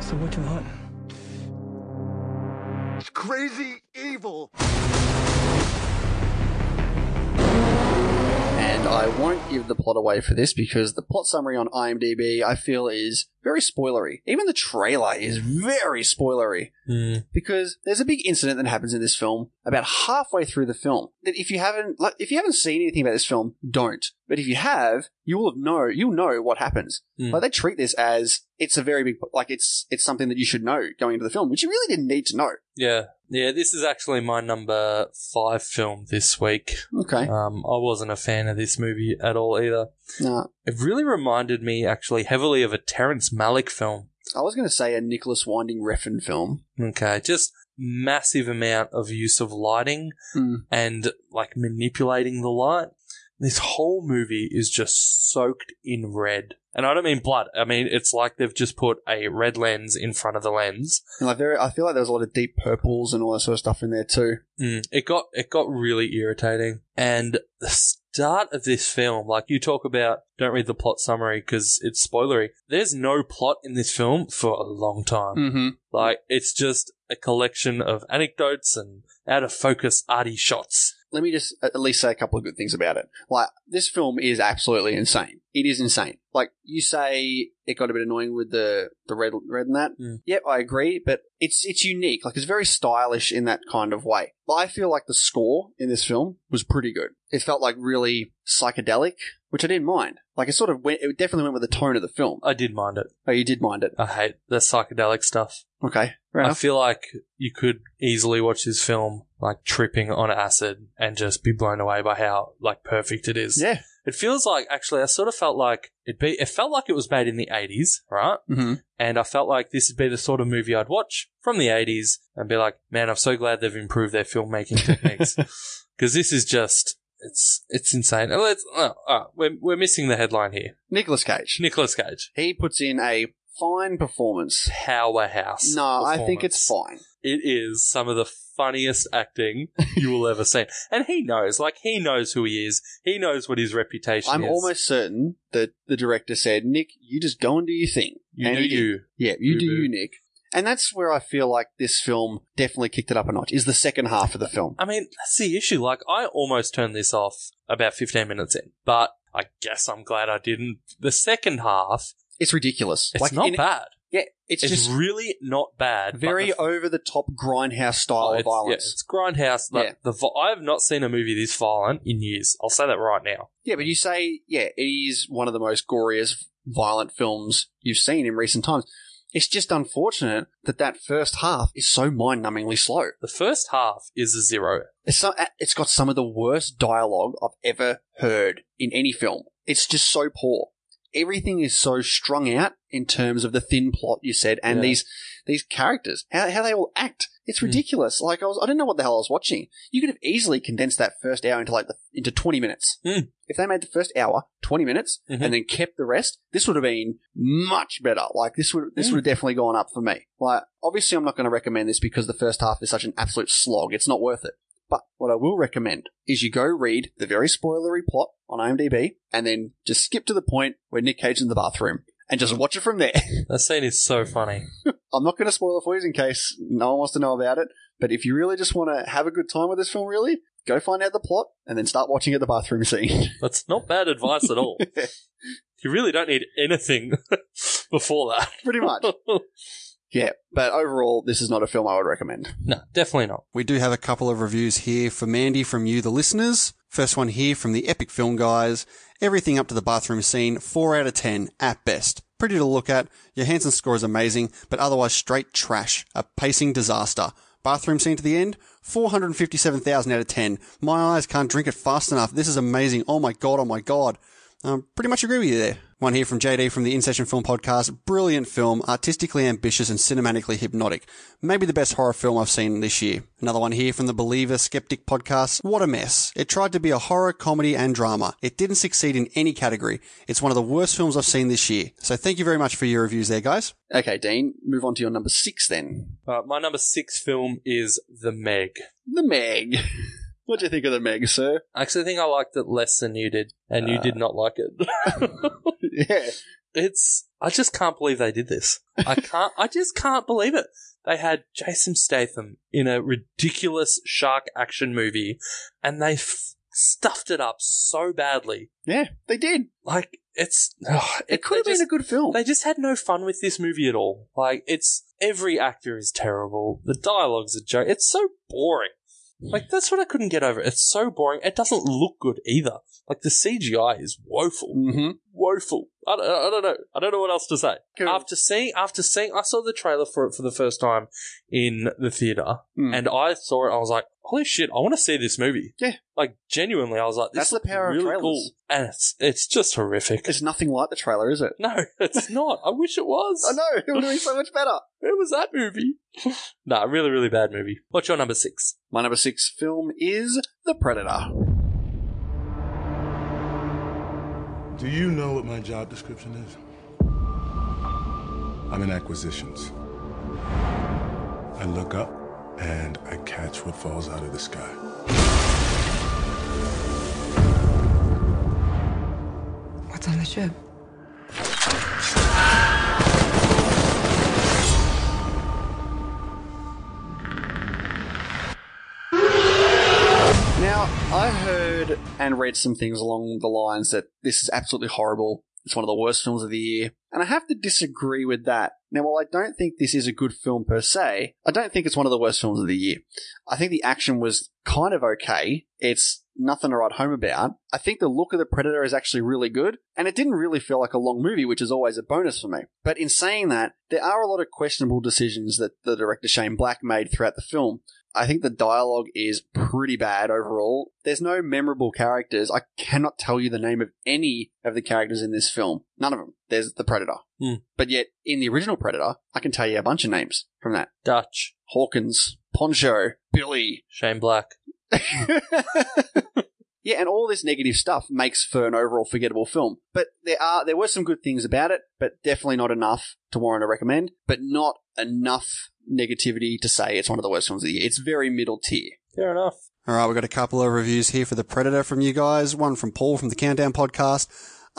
[SPEAKER 15] So what you want?
[SPEAKER 8] It's crazy evil.
[SPEAKER 2] and I won't give the plot away for this because the plot summary on IMDb I feel is very spoilery. Even the trailer is very spoilery because there's a big incident that happens in this film about halfway through the film. That if you haven't, like, if you haven't seen anything about this film, don't. But if you have, you will have know you'll know what happens.
[SPEAKER 9] Mm.
[SPEAKER 2] Like they treat this as it's a very big, like it's it's something that you should know going into the film, which you really didn't need to know.
[SPEAKER 1] Yeah. Yeah, this is actually my number five film this week.
[SPEAKER 2] Okay.
[SPEAKER 1] Um, I wasn't a fan of this movie at all either.
[SPEAKER 2] No.
[SPEAKER 1] It really reminded me, actually, heavily of a Terrence Malick film.
[SPEAKER 2] I was going to say a Nicholas Winding Refn film.
[SPEAKER 1] Okay, just massive amount of use of lighting
[SPEAKER 2] Mm.
[SPEAKER 1] and like manipulating the light. This whole movie is just soaked in red. And I don't mean blood. I mean, it's like they've just put a red lens in front of the lens.
[SPEAKER 2] And like very, I feel like there was a lot of deep purples and all that sort of stuff in there too.
[SPEAKER 1] Mm, it got it got really irritating. And the start of this film, like you talk about, don't read the plot summary because it's spoilery. There's no plot in this film for a long time.
[SPEAKER 2] Mm-hmm.
[SPEAKER 1] Like it's just a collection of anecdotes and out of focus arty shots.
[SPEAKER 2] Let me just at least say a couple of good things about it. Like this film is absolutely insane. It is insane. Like you say, it got a bit annoying with the the red red and that. Yep, I agree, but it's it's unique. Like it's very stylish in that kind of way. But I feel like the score in this film was pretty good. It felt like really psychedelic, which I didn't mind. Like it sort of went. It definitely went with the tone of the film.
[SPEAKER 1] I did mind it.
[SPEAKER 2] Oh, you did mind it.
[SPEAKER 1] I hate the psychedelic stuff.
[SPEAKER 2] Okay, Uh, fair
[SPEAKER 1] I
[SPEAKER 2] enough.
[SPEAKER 1] feel like you could easily watch this film like tripping on acid and just be blown away by how like perfect it is.
[SPEAKER 2] Yeah.
[SPEAKER 1] It feels like actually I sort of felt like it be it felt like it was made in the 80s, right?
[SPEAKER 2] Mm-hmm.
[SPEAKER 1] And I felt like this would be the sort of movie I'd watch from the 80s and be like, "Man, I'm so glad they've improved their filmmaking techniques." Cuz this is just it's it's insane. Oh, Let's, oh, oh, we're, we're missing the headline here.
[SPEAKER 2] Nicholas Cage.
[SPEAKER 1] Nicolas Cage.
[SPEAKER 2] He puts in a fine performance.
[SPEAKER 1] Powerhouse.
[SPEAKER 2] No, I think it's
[SPEAKER 1] performance.
[SPEAKER 2] fine.
[SPEAKER 1] It is some of the funniest acting you will ever see. And he knows, like, he knows who he is. He knows what his reputation
[SPEAKER 2] I'm
[SPEAKER 1] is.
[SPEAKER 2] almost certain that the director said, Nick, you just go and do your thing.
[SPEAKER 1] You
[SPEAKER 2] and
[SPEAKER 1] do
[SPEAKER 2] he did.
[SPEAKER 1] you.
[SPEAKER 2] Yeah, you do
[SPEAKER 1] Boo-boo.
[SPEAKER 2] you, Nick. And that's where I feel like this film definitely kicked it up a notch, is the second half of the film.
[SPEAKER 1] I mean, that's the issue. Like, I almost turned this off about 15 minutes in, but I guess I'm glad I didn't. The second half,
[SPEAKER 2] It's ridiculous.
[SPEAKER 1] it's
[SPEAKER 2] Like,
[SPEAKER 1] not
[SPEAKER 2] in-
[SPEAKER 1] bad.
[SPEAKER 2] Yeah, it's, just
[SPEAKER 1] really not bad. but
[SPEAKER 2] very
[SPEAKER 1] the-
[SPEAKER 2] over the top grindhouse style
[SPEAKER 1] it's,
[SPEAKER 2] of
[SPEAKER 1] Yeah,
[SPEAKER 2] violence.
[SPEAKER 1] it's grindhouse. The,
[SPEAKER 2] Yeah.
[SPEAKER 1] the vi- I have not seen a movie this violent in years. I'll say that right now.
[SPEAKER 2] Yeah. but you say, yeah, it is one of the most goriest violent films you've seen in recent times. It's just unfortunate that that first half is so mind numbingly slow.
[SPEAKER 1] The first half is a zero.
[SPEAKER 2] It's some, it's got some of the worst dialogue I've ever heard in any film. It's just so poor. Everything is so strung out in terms of the thin plot you said and
[SPEAKER 1] Yeah.
[SPEAKER 2] these these characters, how, how they all act. It's ridiculous. Like I was, I didn't know what the hell I was watching. You could have easily condensed that first hour into like the, into twenty minutes.
[SPEAKER 1] Mm.
[SPEAKER 2] If they made the first hour twenty minutes
[SPEAKER 1] Mhm.
[SPEAKER 2] and then kept the rest, this would have been much better. Like this would this would have definitely gone up for me. Like obviously, I'm not going to recommend this because the first half is such an absolute slog. It's not worth it. But what I will recommend is you go read the very spoilery plot on IMDb and then just skip to the point where Nick Cage is in the bathroom and just watch it from there.
[SPEAKER 1] That scene is so funny.
[SPEAKER 2] I'm not going to spoil it for you in case no one wants to know about it, but if you really just want to have a good time with this film, really, go find out the plot and then start watching at the bathroom scene.
[SPEAKER 1] That's not bad advice at all. you really don't need anything before that.
[SPEAKER 2] Pretty much. yeah, but overall, this is not a film I would recommend.
[SPEAKER 1] No, definitely not.
[SPEAKER 9] We do have a couple of reviews here for Mandy from you, the listeners. First one here from the Epic Film Guys. Everything up to the bathroom scene, 4 out of 10 at best. Pretty to look at. Johansson's score is amazing, but otherwise straight trash. A pacing disaster. Bathroom scene to the end, 457,000 out of 10. My eyes can't drink it fast enough. This is amazing. Oh my god, oh my god. Um, pretty much agree with you there. One here from JD from the In Session Film Podcast. Brilliant film, artistically ambitious and cinematically hypnotic. Maybe the best horror film I've seen this year. Another one here from the Believer Skeptic Podcast. What a mess. It tried to be a horror, comedy, and drama. It didn't succeed in any category. It's one of the worst films I've seen this year. So thank you very much for your reviews there, guys.
[SPEAKER 2] Okay, Dean, move on to your number six then.
[SPEAKER 1] Uh, my number six film is The Meg.
[SPEAKER 2] The Meg. what do you think of The Meg, sir?
[SPEAKER 1] I actually think I liked it less than you did, and you did not like it.
[SPEAKER 2] yeah.
[SPEAKER 1] It's. I just can't believe they did this. I can't. I just can't believe it. They had Jason Statham in a ridiculous shark action movie, and they f- stuffed it up so badly.
[SPEAKER 2] Yeah, they did.
[SPEAKER 1] Like it's ugh,
[SPEAKER 2] It could have
[SPEAKER 1] they
[SPEAKER 2] been a good film.
[SPEAKER 1] They just had no fun with this movie at all. Like it's every actor is terrible. The dialogue's a joke. It's so boring. Like that's what I couldn't get over. It's so boring. It doesn't look good either. Like the CGI is woeful,
[SPEAKER 2] Mhm.
[SPEAKER 1] woeful. I don't, I don't know. I don't know what else to say.
[SPEAKER 2] Cool.
[SPEAKER 1] After seeing, after seeing, I saw the trailer for it for the first time in the theater,
[SPEAKER 2] Hmm.
[SPEAKER 1] and I saw it. I was like, "Holy shit! I want to see this movie."
[SPEAKER 2] Yeah.
[SPEAKER 1] Like genuinely, I was like, "This
[SPEAKER 2] That's the
[SPEAKER 1] is
[SPEAKER 2] power of
[SPEAKER 1] really
[SPEAKER 2] trailers.
[SPEAKER 1] cool," and it's it's just horrific.
[SPEAKER 2] It's nothing like the trailer, is it?
[SPEAKER 1] No, it's not. I wish it was.
[SPEAKER 2] I know. It would have been so much better.
[SPEAKER 1] Where was that movie? Nah, really, really bad movie. What's your number six?
[SPEAKER 2] My number six film is The Predator.
[SPEAKER 16] Do you know what my job description is? I'm in acquisitions. I look up and I catch what falls out of the sky.
[SPEAKER 17] What's on the ship?
[SPEAKER 2] Now, I heard and read some things along the lines that this is absolutely horrible. It's one of the worst films of the year. And I have to disagree with that. Now, while I don't think this is a good film per se, I don't think it's one of the worst films of the year. I think the action was kind of okay. It's nothing to write home about. I think the look of the Predator is actually really good, and it didn't really feel like a long movie, which is always a bonus for me. But in saying that, there are a lot of questionable decisions that the director Shane Black made throughout the film. I think the dialogue is pretty bad overall. There's no memorable characters. I cannot tell you the name of any of the characters in this film. None of them. There's the Predator.
[SPEAKER 1] Hmm.
[SPEAKER 2] But yet, in the original Predator, I can tell you a bunch of names from that.
[SPEAKER 1] Dutch,
[SPEAKER 2] Hawkins, Poncho, Billy.
[SPEAKER 1] Shane Black.
[SPEAKER 2] Yeah, and all this negative stuff makes for an overall forgettable film. But there are there were some good things about it, but definitely not enough to warrant a recommend, but not enough negativity to say it's one of the worst films of the year. It's very middle tier.
[SPEAKER 1] Fair enough.
[SPEAKER 9] All right, we've got a couple of reviews here for The Predator from you guys. One from Paul from the Countdown podcast.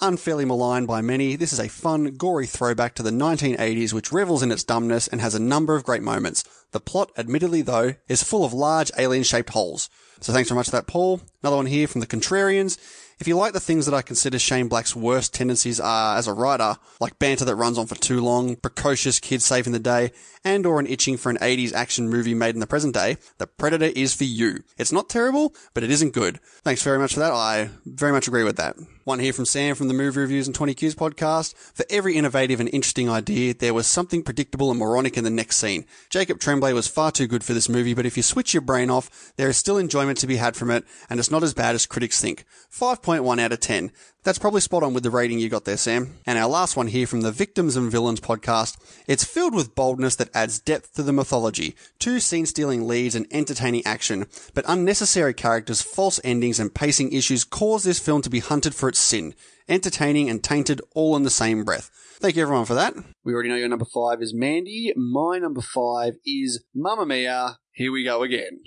[SPEAKER 9] Unfairly maligned by many, this is a fun, gory throwback to the 1980s which revels in its dumbness and has a number of great moments. The plot, admittedly though, is full of large alien shaped holes. So thanks very much for that, Paul. Another one here from the Contrarians. If you like the things that I consider Shane Black's worst tendencies are as a writer, like banter that runs on for too long, precocious kids saving the day, and or an itching for an 80s action movie made in the present day, The Predator is for you. It's not terrible, but it isn't good. Thanks very much for that. I very much agree with that. One here from Sam from the Movie Reviews and 20 Qs podcast. For every innovative and interesting idea, there was something predictable and moronic in the next scene. Jacob Tremblay was far too good for this movie, but if you switch your brain off, there is still enjoyment to be had from it, and it's not as bad as critics think. 5.1 out of 10. That's probably spot on with the rating you got there, Sam. And our last one here from the Victims and Villains podcast. It's filled with boldness that adds depth to the mythology, two scene stealing leads and entertaining action, but unnecessary characters, false endings, and pacing issues cause this film to be hunted for its sin. Entertaining and tainted all in the same breath. Thank you everyone for that.
[SPEAKER 2] We already know your number five is Mandy. My number five is Mamma Mia. Here we go again.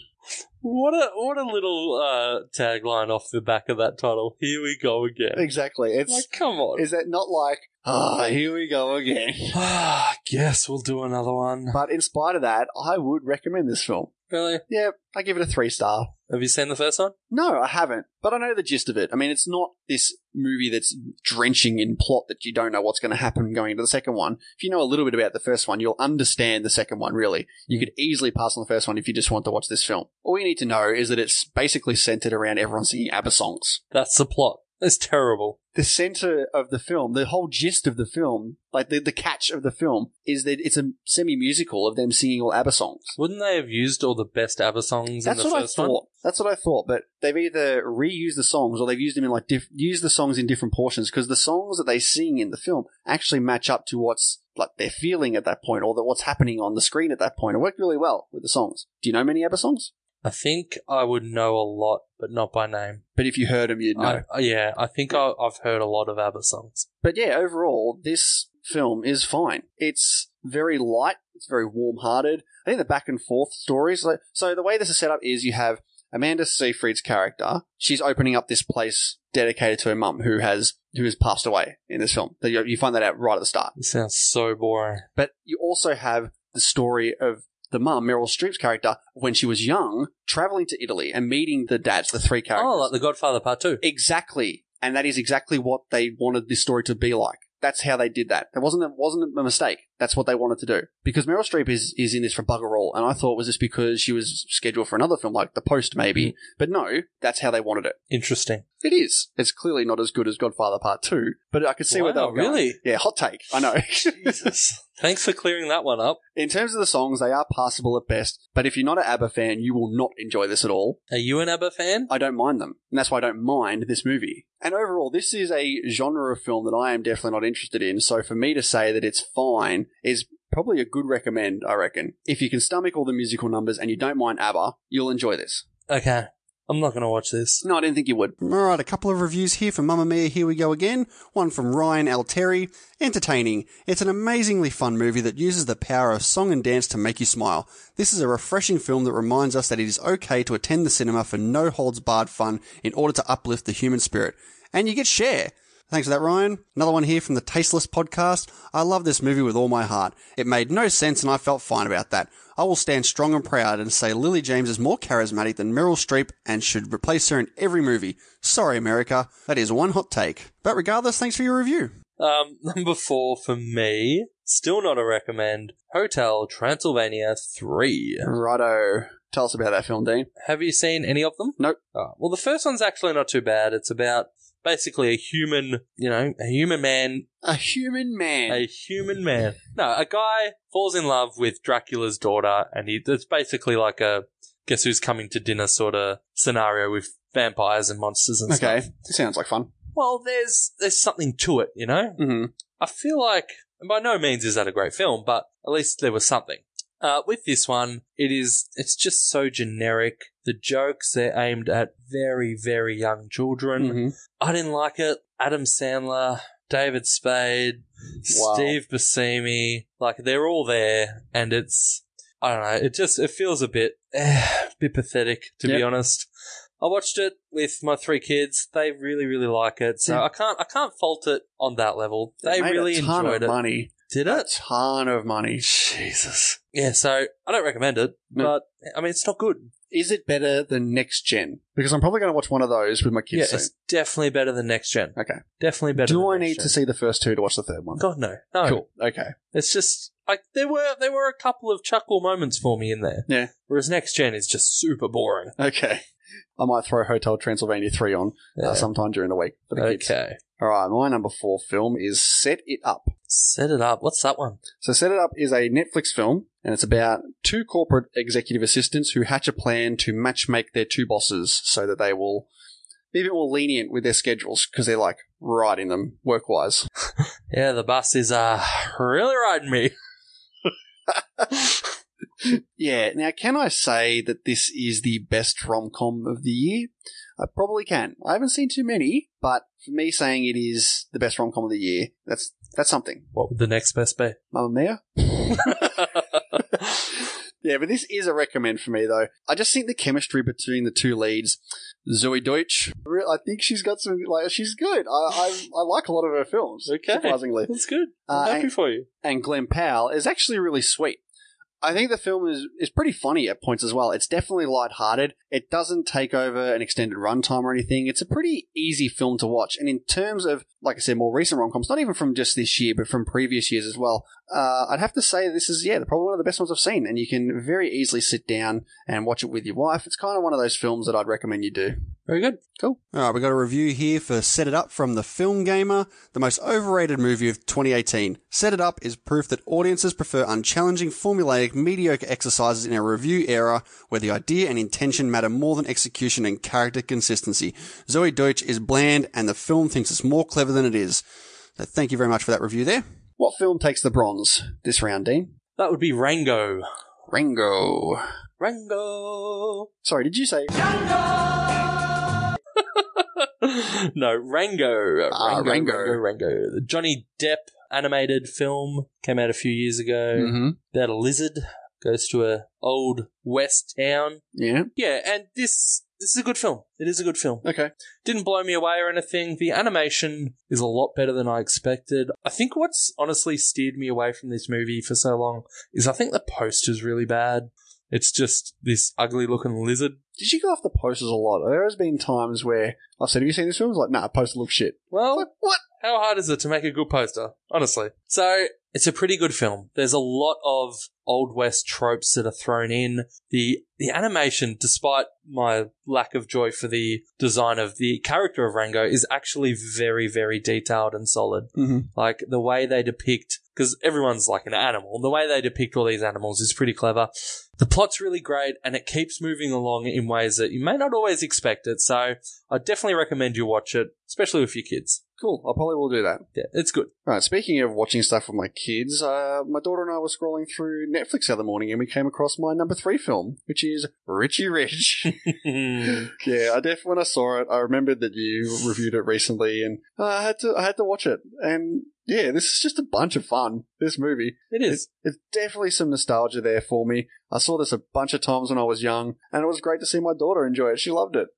[SPEAKER 1] What a what a little uh, tagline off the back of that title. Here we go again.
[SPEAKER 2] Exactly. It's
[SPEAKER 1] Like, come on.
[SPEAKER 2] Is that not like ah, here we go again?
[SPEAKER 1] I guess we'll do another one.
[SPEAKER 2] But in spite of that, I would recommend this film.
[SPEAKER 1] Really?
[SPEAKER 2] Yeah, I give it a three star.
[SPEAKER 1] Have you seen the first one?
[SPEAKER 2] No, I haven't, but I know the gist of it. I mean, it's not this movie that's drenching in plot that you don't know what's going to happen going into the second one. If you know a little bit about the first one, you'll understand the second one, really. You could easily pass on the first one if you just want to watch this film. All you need to know is that it's basically centered around everyone singing ABBA songs.
[SPEAKER 1] That's the plot. It's terrible.
[SPEAKER 2] The center of the film, the whole gist of the film, like the, the catch of the film, is that it's a semi musical of them singing all ABBA songs.
[SPEAKER 1] Wouldn't they have used all the best ABBA songs
[SPEAKER 2] That's
[SPEAKER 1] in the
[SPEAKER 2] what
[SPEAKER 1] first
[SPEAKER 2] I
[SPEAKER 1] one?
[SPEAKER 2] thought. That's what I thought. But they've either reused the songs or they've used them in like diff- used the songs in different portions because the songs that they sing in the film actually match up to what's like they're feeling at that point or the, what's happening on the screen at that point. It worked really well with the songs. Do you know many ABBA songs?
[SPEAKER 1] I think I would know a lot, but not by name.
[SPEAKER 2] But if you heard them, you'd know.
[SPEAKER 1] I, yeah, I think I, I've heard a lot of ABBA songs.
[SPEAKER 2] But yeah, overall, this film is fine. It's very light. It's very warm-hearted. I think the back and forth stories. Like, so the way this is set up is you have Amanda Seyfried's character. She's opening up this place dedicated to her mum, who has who has passed away in this film. So You you find that out right at the start.
[SPEAKER 1] It sounds so boring.
[SPEAKER 2] But you also have the story of the mum, Meryl Streep's character, when she was young, traveling to Italy and meeting the dads, the three characters.
[SPEAKER 1] Oh, like The Godfather Part 2.
[SPEAKER 2] Exactly. And that is exactly what they wanted this story to be like. That's how they did that. It wasn't it wasn't a mistake. That's what they wanted to do. Because Meryl Streep is, is in this for bugger all, and I thought it was just because she was scheduled for another film like The Post, maybe.
[SPEAKER 1] Mm-hmm.
[SPEAKER 2] But no, that's how they wanted it.
[SPEAKER 1] Interesting.
[SPEAKER 2] It is. It's clearly not as good as Godfather Part Two, but I could see where they
[SPEAKER 1] Wow,
[SPEAKER 2] were going.
[SPEAKER 1] really?
[SPEAKER 2] Yeah, hot take. I know. Jesus.
[SPEAKER 1] Thanks for clearing that one up.
[SPEAKER 2] In terms of the songs, they are passable at best, but if you're not an ABBA fan, you will not enjoy this at all.
[SPEAKER 1] Are you an ABBA fan?
[SPEAKER 2] I don't mind them, and that's why I don't mind this movie. And overall, this is a genre of film that I am definitely not interested in, so for me to say that it's fine is probably a good recommend, I reckon. If you can stomach all the musical numbers and you don't mind ABBA, you'll enjoy this.
[SPEAKER 1] Okay. I'm not going to watch this.
[SPEAKER 2] No, I didn't think you would. All right, a couple of reviews here for Mamma Mia. Here we go again. One from Ryan Alteri. Entertaining. It's an amazingly fun movie that uses the power of song and dance to make you smile. This is a refreshing film that reminds us that it is okay to attend the cinema for no holds barred fun in order to uplift the human spirit. And you get share. Thanks for that, Ryan. Another one here from the Tasteless podcast. I love this movie with all my heart. It made no sense and I felt fine about that. I will stand strong and proud and say Lily James is more charismatic than Meryl Streep and should replace her in every movie. Sorry, America. That is one hot take. But regardless, thanks for your review.
[SPEAKER 1] Um, number four for me, still not a recommend. Hotel Transylvania 3.
[SPEAKER 2] Righto. Tell us about that film, Dean.
[SPEAKER 1] Have you seen any of them?
[SPEAKER 2] Nope.
[SPEAKER 1] Oh, well, the first one's actually not too bad. It's about basically a human, you know, a human man,
[SPEAKER 2] A human man.
[SPEAKER 1] a human man. No, a guy falls in love with Dracula's daughter, and he, it's basically like a guess who's coming to dinner sort of scenario with vampires and monsters and stuff.
[SPEAKER 2] okay. Sounds like fun.
[SPEAKER 1] Well, there's there's something to it, you know.
[SPEAKER 2] Mm-hmm.
[SPEAKER 1] I feel like, and by no means is that a great film, but at least there was something. Uh, with this one, it is, it's just so generic. The jokes, they're aimed at very, very young children.
[SPEAKER 2] Mhm.
[SPEAKER 1] I didn't like it. Adam Sandler, David Spade,
[SPEAKER 2] Wow.
[SPEAKER 1] Steve Buscemi, like they're all there, and it's, I don't know, it just, it feels a bit, eh, bit pathetic, to be
[SPEAKER 2] Yep.
[SPEAKER 1] honest. I watched it with my three kids. They really, really like it. So
[SPEAKER 2] Yeah.
[SPEAKER 1] I can't, I can't fault it on that level. They
[SPEAKER 2] It Hmm. made
[SPEAKER 1] really
[SPEAKER 2] a ton
[SPEAKER 1] enjoyed
[SPEAKER 2] of
[SPEAKER 1] it.
[SPEAKER 2] money.
[SPEAKER 1] Did
[SPEAKER 2] A
[SPEAKER 1] it?
[SPEAKER 2] ton of money.
[SPEAKER 1] Jesus. Yeah, so I don't recommend it,
[SPEAKER 2] No.
[SPEAKER 1] but I mean, it's not good.
[SPEAKER 2] Is it better than Next Gen? Because I'm probably going to watch one of those with my
[SPEAKER 1] Yeah,
[SPEAKER 2] kids
[SPEAKER 1] it's
[SPEAKER 2] soon.
[SPEAKER 1] definitely better than Next Gen.
[SPEAKER 2] Okay.
[SPEAKER 1] Definitely better.
[SPEAKER 2] Do
[SPEAKER 1] than
[SPEAKER 2] I
[SPEAKER 1] Next
[SPEAKER 2] need
[SPEAKER 1] Gen.
[SPEAKER 2] to see the first two to watch the third one?
[SPEAKER 1] God no, no.
[SPEAKER 2] Cool. Okay.
[SPEAKER 1] It's just like there were there were a couple of chuckle moments for me in there.
[SPEAKER 2] Yeah.
[SPEAKER 1] Whereas Next Gen is just super boring.
[SPEAKER 2] Okay. I might throw Hotel Transylvania 3 on
[SPEAKER 1] Yeah.
[SPEAKER 2] uh, sometime during the week for the kids.
[SPEAKER 1] Okay.
[SPEAKER 2] All right, my number four film is Set It Up.
[SPEAKER 1] Set it up. What's that one?
[SPEAKER 2] So, Set It Up is a Netflix film, and it's about two corporate executive assistants who hatch a plan to matchmake their two bosses so that they will be a bit more lenient with their schedules because they're like riding them work wise.
[SPEAKER 1] Yeah, the bus is uh really riding me.
[SPEAKER 2] yeah, now, can I say that this is the best rom com of the year? I probably can. I haven't seen too many, but for me, saying it is the best rom com of the year, that's that's something.
[SPEAKER 1] What would the next best be?
[SPEAKER 2] Mamma Mia. yeah, but this is a recommend for me though. I just think the chemistry between the two leads, Zoe Deutsch. re- I think she's got some like she's good. I I, I like a lot of her films.
[SPEAKER 1] Okay.
[SPEAKER 2] surprisingly,
[SPEAKER 1] That's good.
[SPEAKER 2] Uh,
[SPEAKER 1] I'm happy
[SPEAKER 2] and-
[SPEAKER 1] for you.
[SPEAKER 2] and Glenn Powell is actually really sweet. I think the film is, is pretty funny at points as well. It's definitely lighthearted. It doesn't take over an extended runtime or anything. It's a pretty easy film to watch. And in terms of, like I said, more recent rom coms, not even from just this year, but from previous years as well, uh, I'd have to say this is, yeah, probably one of the best ones I've seen. And you can very easily sit down and watch it with your wife. It's kind of one of those films that I'd recommend you do.
[SPEAKER 1] Very good.
[SPEAKER 2] Cool. All right, we got a review here for Set It Up from The Film Gamer, the most overrated movie of 2018. Set It Up is proof that audiences prefer unchallenging, formulaic, mediocre exercises in a review era where the idea and intention matter more than execution and character consistency. Zoe Deutsch is bland and the film thinks it's more clever than it is. So thank you very much for that review there. What film takes the bronze this round, Dean?
[SPEAKER 1] That would be Rango.
[SPEAKER 2] Rango.
[SPEAKER 1] Rango.
[SPEAKER 2] Sorry, did you say?
[SPEAKER 1] no, Rango.
[SPEAKER 2] Ah,
[SPEAKER 1] Rango,
[SPEAKER 2] Rango.
[SPEAKER 1] Rango, Rango. The Johnny Depp animated film came out a few years ago
[SPEAKER 2] Mm-hmm.
[SPEAKER 1] about a lizard goes to a old west town.
[SPEAKER 2] Yeah.
[SPEAKER 1] Yeah, and this This is a good film. It is a good film.
[SPEAKER 2] Okay.
[SPEAKER 1] Didn't blow me away or anything. The animation is a lot better than I expected. I think what's honestly steered me away from this movie for so long is I think the poster's really bad. It's just this ugly looking lizard.
[SPEAKER 2] Did you go off the posters a lot? There has been times where I've said, "Have you seen this film?" It's like, "Nah, poster looks shit."
[SPEAKER 1] Well, what? How hard is it to make a good poster? Honestly. So, it's a pretty good film. There's a lot of old west tropes that are thrown in. The the animation, despite my lack of joy for the design of the character of Rango, is actually very very detailed and solid.
[SPEAKER 2] Mhm.
[SPEAKER 1] Like the way they depict because everyone's like an animal. The way they depict all these animals is pretty clever. The plot's really great and it keeps moving along in ways that you may not always expect it. So I definitely recommend you watch it, especially with your kids.
[SPEAKER 2] Cool. I probably will do that.
[SPEAKER 1] Yeah, it's good.
[SPEAKER 2] All right. Speaking of watching stuff with my kids, uh, my daughter and I were scrolling through Netflix the other morning, and we came across my number three film, which is Richie Rich. yeah, I def when I saw it, I remembered that you reviewed it recently, and uh, I had to I had to watch it. And yeah, this is just a bunch of fun. This movie,
[SPEAKER 1] it is.
[SPEAKER 2] It's definitely some nostalgia there for me. I saw this a bunch of times when I was young, and it was great to see my daughter enjoy it. She loved it.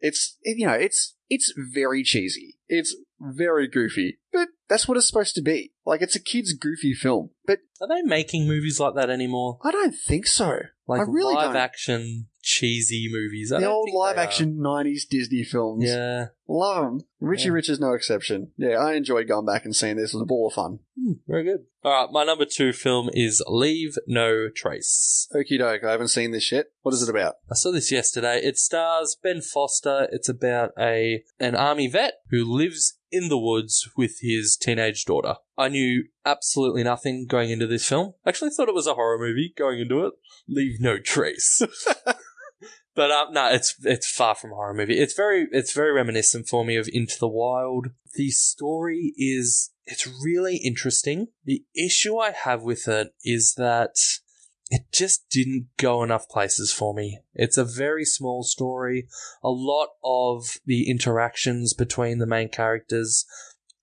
[SPEAKER 2] It's it- you know it's it's very cheesy. It's very goofy, but that's what it's supposed to be. Like it's a kids' goofy film, but
[SPEAKER 1] Are they making movies like that anymore?
[SPEAKER 2] I don't think so.
[SPEAKER 1] Like
[SPEAKER 2] I really
[SPEAKER 1] live
[SPEAKER 2] don't.
[SPEAKER 1] action cheesy movies. I
[SPEAKER 2] the
[SPEAKER 1] don't
[SPEAKER 2] old
[SPEAKER 1] think they
[SPEAKER 2] live
[SPEAKER 1] are.
[SPEAKER 2] action '90s Disney films.
[SPEAKER 1] Yeah.
[SPEAKER 2] Love them. Richie
[SPEAKER 1] Yeah.
[SPEAKER 2] Rich is no exception. Yeah, I enjoyed going back and seeing this. It was a ball of fun.
[SPEAKER 1] Very good. All right, my number two film is Leave No Trace.
[SPEAKER 2] Okie doke. I haven't seen this yet. What is it about?
[SPEAKER 1] I saw this yesterday. It stars Ben Foster. It's about a an army vet who lives in the woods with his teenage daughter. I knew absolutely nothing going into this film. I actually thought it was a horror movie going into it. Leave no trace. But um, no, it's it's far from a horror movie. It's very it's very reminiscent for me of Into the Wild. The story is it's really interesting. The issue I have with it is that it just didn't go enough places for me. It's a very small story. A lot of the interactions between the main characters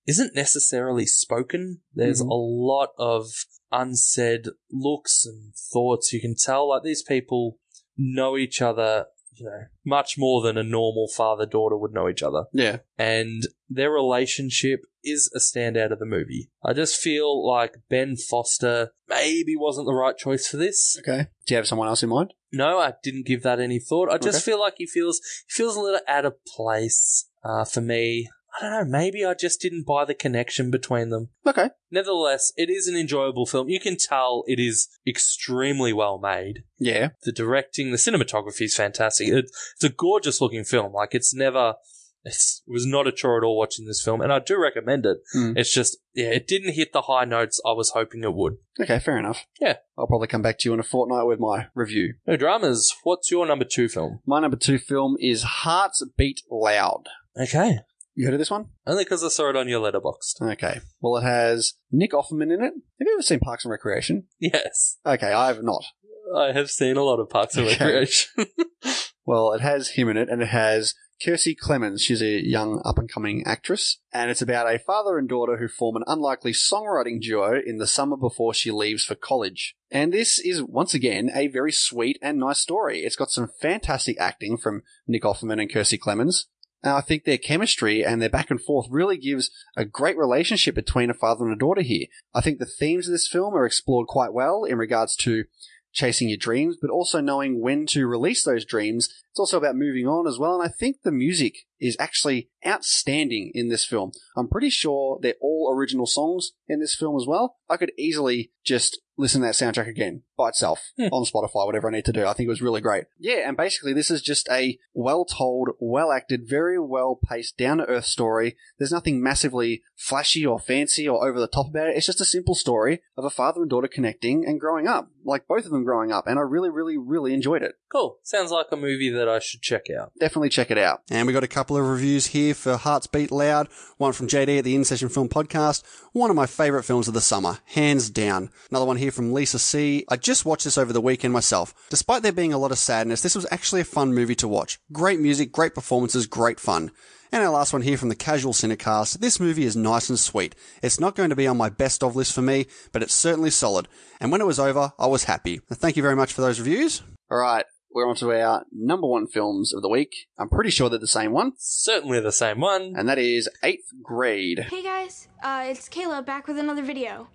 [SPEAKER 1] isn't necessarily spoken. There's
[SPEAKER 2] Mhm.
[SPEAKER 1] a lot of unsaid looks and thoughts. You can tell like these people know each other, you know, much more than a normal father daughter would know each other.
[SPEAKER 2] Yeah.
[SPEAKER 1] And their relationship is a standout of the movie. I just feel like Ben Foster maybe wasn't the right choice for this.
[SPEAKER 2] Okay. Do you have someone else in mind?
[SPEAKER 1] No, I didn't give that any thought. I just
[SPEAKER 2] Okay.
[SPEAKER 1] feel like he feels he feels a little out of place uh, for me. I don't know. Maybe I just didn't buy the connection between them.
[SPEAKER 2] Okay.
[SPEAKER 1] Nevertheless, it is an enjoyable film. You can tell it is extremely well made
[SPEAKER 2] Yeah.
[SPEAKER 1] the directing, the cinematography is fantastic. It, it's a gorgeous looking film. Like it's never, it's, it was not a chore at all watching this film, and I do recommend it.
[SPEAKER 2] Mm.
[SPEAKER 1] It's just, yeah, it didn't hit the high notes I was hoping it would.
[SPEAKER 2] Okay, fair enough.
[SPEAKER 1] Yeah.
[SPEAKER 2] I'll probably come back to you in a fortnight with my review.
[SPEAKER 1] No dramas. What's your number two film?
[SPEAKER 2] My number two film is Hearts Beat Loud.
[SPEAKER 1] Okay,
[SPEAKER 2] You heard of this one?
[SPEAKER 1] only because I saw it on your letterbox.
[SPEAKER 2] Okay. Well, it has Nick Offerman in it. Have you ever seen Parks and Recreation?
[SPEAKER 1] Yes,
[SPEAKER 2] Okay, I have not.
[SPEAKER 1] I have seen a lot of Parks and
[SPEAKER 2] Okay.
[SPEAKER 1] Recreation.
[SPEAKER 2] Well, it has him in it, and it has Kirsty Clemens. She's a young up and coming actress, and it's about a father and daughter who form an unlikely songwriting duo in the summer before she leaves for college. And this is once again a very sweet and nice story. It's got some fantastic acting from Nick Offerman and Kirsty Clemens. And I think their chemistry and their back and forth really gives a great relationship between a father and a daughter here. I think the themes of this film are explored quite well in regards to chasing your dreams, but also knowing when to release those dreams. It's also about moving on as well. And I think the music is actually outstanding in this film. I'm pretty sure they're all original songs in this film as well. I could easily just listen to that soundtrack again by itself on Spotify, whatever I need to do. I think it was really great. Yeah, and basically this is just a well told, well acted, very well paced, down to earth story. There's nothing massively flashy or fancy or over the top about it. It's just a simple story of a father and daughter connecting and growing up, like both of them growing up. And I really, really, really enjoyed it.
[SPEAKER 1] cool. Sounds like a movie that I should check out.
[SPEAKER 2] Definitely check it out.
[SPEAKER 18] And we got a couple of reviews here for Hearts Beat Loud, one from JD at the In Session Film Podcast, one of my favourite films of the summer, hands down. Another one here from Lisa C. I just watched this over the weekend myself. Despite there being a lot of sadness, this was actually a fun movie to watch. Great music, great performances, great fun. And our last one here from the Casual Cinecast. This movie is nice and sweet. It's not going to be on my best of list for me, but it's certainly solid. And when it was over, I was happy. Thank you very much for those reviews.
[SPEAKER 2] All right. we're on to our number one films of the week. I'm pretty sure they're the same one.
[SPEAKER 1] Certainly the same one.
[SPEAKER 2] And that is Eighth Grade.
[SPEAKER 19] Hey guys, uh, it's Kayla back with another video.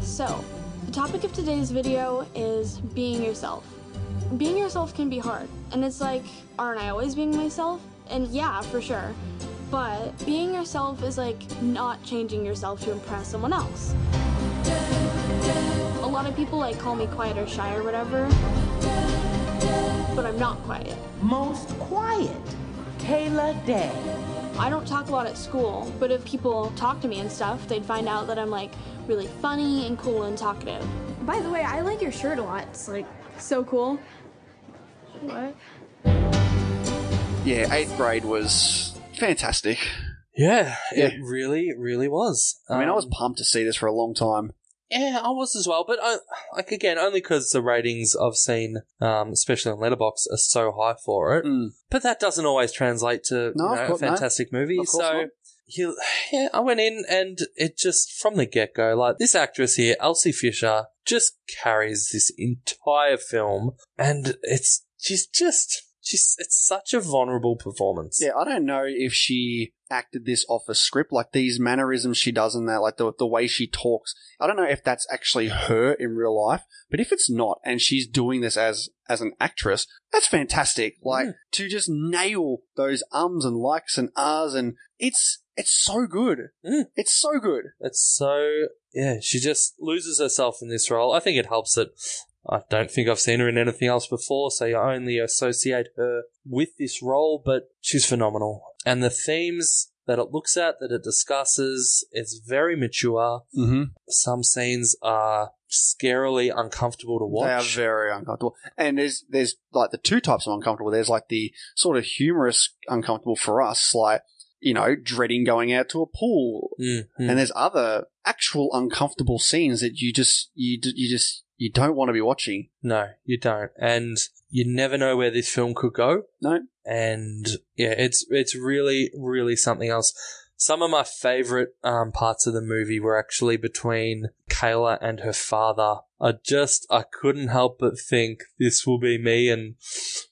[SPEAKER 19] So, the topic of today's video is being yourself. Being yourself can be hard, and it's like, aren't I always being myself? And yeah, for sure. But being yourself is like not changing yourself to impress someone else. A lot of people like call me quiet or shy or whatever, but I'm not quiet.
[SPEAKER 20] Most quiet, Kayla Day.
[SPEAKER 19] I don't talk a lot at school, but if people talk to me and stuff, they'd find out that I'm like really funny and cool and talkative.
[SPEAKER 21] By the way, I like your shirt a lot. It's like
[SPEAKER 19] so cool.
[SPEAKER 21] what?
[SPEAKER 2] Yeah, Eighth Grade was fantastic.
[SPEAKER 1] Yeah, it really, really was.
[SPEAKER 2] I mean, I was
[SPEAKER 1] Um,
[SPEAKER 2] pumped to see this for a long time.
[SPEAKER 1] Yeah, I was as well, but I, like again, only because the ratings I've seen, um, especially on Letterbox, are so high for it. But that doesn't always translate to
[SPEAKER 2] Hmm. No,
[SPEAKER 1] you
[SPEAKER 2] of
[SPEAKER 1] know, a
[SPEAKER 2] course not.
[SPEAKER 1] fantastic movie.
[SPEAKER 2] Of course
[SPEAKER 1] so
[SPEAKER 2] not.
[SPEAKER 1] you- yeah, I went in and it just from the get go, like this actress here, Elsie Fisher, just carries this entire film, and it's she's just she's it's such a vulnerable performance.
[SPEAKER 2] Yeah, I don't know if she acted this off a script, like these mannerisms she does in that, like the, the way she talks. I don't know if that's actually her in real life, but if it's not, and she's doing this as as an actress, that's fantastic. Like to just nail those ums and likes and ahs, and it's it's so good. It's so good.
[SPEAKER 1] It's so yeah, she just loses herself in this role. I think it helps that I don't think I've seen her in anything else before, so you only associate her with this role, but she's phenomenal. And the themes that it looks at, that it discusses, it's very mature.
[SPEAKER 2] Mhm.
[SPEAKER 1] Some scenes are scarily uncomfortable to watch.
[SPEAKER 2] They are very uncomfortable. And there's there's like the two types of uncomfortable. There's like the sort of humorous uncomfortable for us, like you know, dreading going out to a pool.
[SPEAKER 1] mm.
[SPEAKER 2] And there's other actual uncomfortable scenes that you just you d- you just you don't want to be watching.
[SPEAKER 1] No, you don't. And you never know where this film could go.
[SPEAKER 2] No.
[SPEAKER 1] And yeah, it's it's really really something else. Some of my favorite um, parts of the movie were actually between Kayla and her father. I just I couldn't help but think this will be me and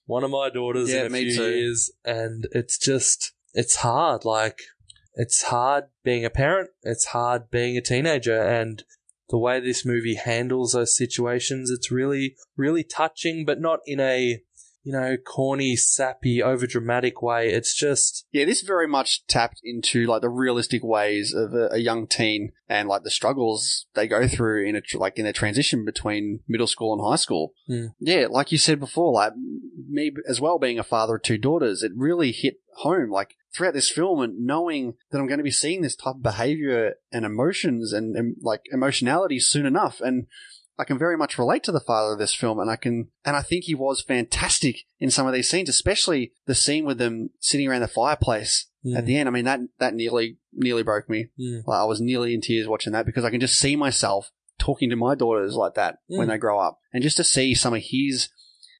[SPEAKER 1] one of my daughters
[SPEAKER 2] Yeah,
[SPEAKER 1] in a
[SPEAKER 2] me
[SPEAKER 1] few
[SPEAKER 2] too.
[SPEAKER 1] years, and it's just it's hard. Like it's hard being a parent. It's hard being a teenager, and the way this movie handles those situations, it's really, really touching, but not in a, you know, corny, sappy, overdramatic way. It's just,
[SPEAKER 2] Yeah, this very much tapped into like the realistic ways of a, a young teen and like the struggles they go through in a tr- like in a transition between middle school and high school.
[SPEAKER 1] Mm.
[SPEAKER 2] Yeah, like you said before, like me b- as well being a father of two daughters, it really hit home. Like throughout this film, and knowing that I'm going to be seeing this type of behavior and emotions and, and like emotionality soon enough, and I can very much relate to the father of this film, and I can, and I think he was fantastic in some of these scenes, especially the scene with them sitting around the fireplace
[SPEAKER 1] Mm.
[SPEAKER 2] at the end. I mean, that that nearly nearly broke me.
[SPEAKER 1] Mm.
[SPEAKER 2] Like, I was nearly in tears watching that because I can just see myself talking to my daughters like that when
[SPEAKER 1] Mm.
[SPEAKER 2] they grow up, and just to see some of his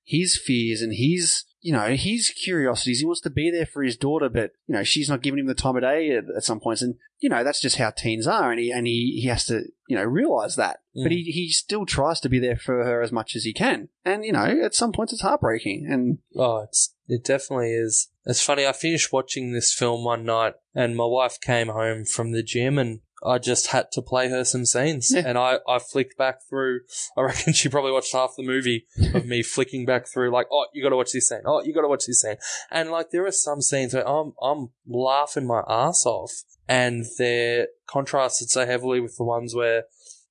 [SPEAKER 2] his fears and his you know his curiosities. He wants to be there for his daughter, but you know she's not giving him the time of day at, at some points, and you know that's just how teens are, and he and he, he has to you know realize that. But he he still tries to be there for her as much as he can, and you know at some points it's heartbreaking, and
[SPEAKER 1] oh, it's, it definitely is. It's funny. I finished watching this film one night and my wife came home from the gym and I just had to play her some scenes and I, I flicked back through. I reckon she probably watched half the movie of me flicking back through like, oh, you got to watch this scene. Oh, you got to watch this scene. And like there are some scenes where I'm, I'm laughing my ass off and they're contrasted so heavily with the ones where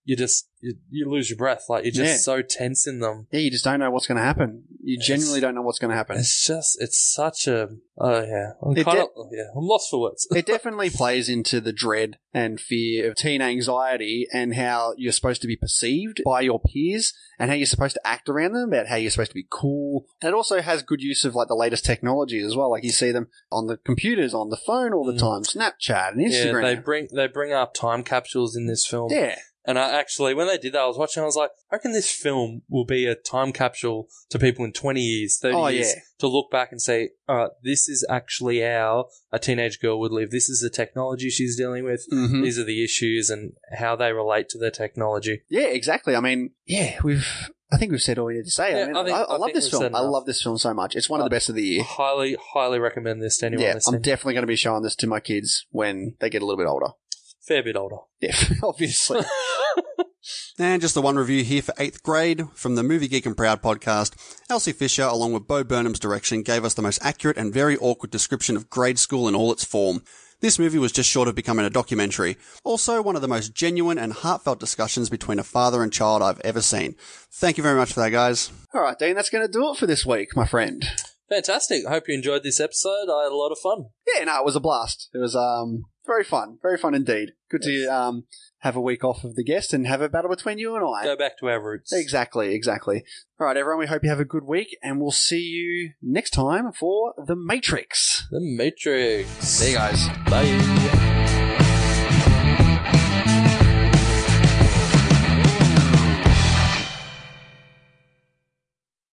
[SPEAKER 1] you just, you, you lose your breath. Like you're just
[SPEAKER 2] Yeah.
[SPEAKER 1] so tense in them.
[SPEAKER 2] yeah, you just don't know what's going to happen. You genuinely don't know what's going to happen.
[SPEAKER 1] It's just, it's such a, oh yeah, I'm
[SPEAKER 2] It
[SPEAKER 1] kind of,
[SPEAKER 2] did-
[SPEAKER 1] yeah, I'm lost for words.
[SPEAKER 2] it definitely plays into the dread and fear of teen anxiety and how you're supposed to be perceived by your peers and how you're supposed to act around them, about how you're supposed to be cool. And it also has good use of like the latest technology as well. Like you see them on the computers, on the phone all the time, Snapchat and Instagram.
[SPEAKER 1] Mm. Yeah, they bring they bring up time capsules in this film.
[SPEAKER 2] Yeah.
[SPEAKER 1] And I actually, when they did that, I was watching. I was like, I reckon this film will be a time capsule to people in twenty years, thirty
[SPEAKER 2] Oh,
[SPEAKER 1] years
[SPEAKER 2] yeah.
[SPEAKER 1] to look back and say, all right, this is actually how a teenage girl would live. This is the technology she's dealing with.
[SPEAKER 2] Mhm.
[SPEAKER 1] These are the issues and how they relate to the technology.
[SPEAKER 2] Yeah, exactly. I mean, yeah, we've I think we've said all we need to say. I,
[SPEAKER 1] Yeah,
[SPEAKER 2] mean,
[SPEAKER 1] I
[SPEAKER 2] I,
[SPEAKER 1] think-
[SPEAKER 2] I,
[SPEAKER 1] I
[SPEAKER 2] love
[SPEAKER 1] think
[SPEAKER 2] this
[SPEAKER 1] we've
[SPEAKER 2] film.
[SPEAKER 1] said
[SPEAKER 2] I
[SPEAKER 1] enough.
[SPEAKER 2] love this film so much. It's one of the best of the year.
[SPEAKER 1] Highly, highly recommend this to anyone
[SPEAKER 2] Yeah, I'm
[SPEAKER 1] listening.
[SPEAKER 2] definitely going to be showing this to my kids when they get a little bit older.
[SPEAKER 1] Fair bit older.
[SPEAKER 2] Yeah, obviously.
[SPEAKER 22] And just the one review here for eighth grade from the Movie Geek and Proud podcast. Elsie Fisher, along with Bo Burnham's direction, gave us the most accurate and very awkward description of grade school in all its form. This movie was just short of becoming a documentary. Also, one of the most genuine and heartfelt discussions between a father and child I've ever seen. Thank you very much for that, guys.
[SPEAKER 2] All right, Dean, that's going to do it for this week, my friend.
[SPEAKER 1] Fantastic. I hope you enjoyed this episode. I had a lot of fun.
[SPEAKER 2] Yeah, no, it was a blast. It was um very fun, very fun indeed. Good to um have a week off of the guest and have a battle between you and I.
[SPEAKER 1] Go back to our roots.
[SPEAKER 2] Exactly, exactly. All right, everyone, we hope you have a good week and we'll see you next time for The Matrix.
[SPEAKER 1] The Matrix.
[SPEAKER 2] See you guys.
[SPEAKER 1] Bye.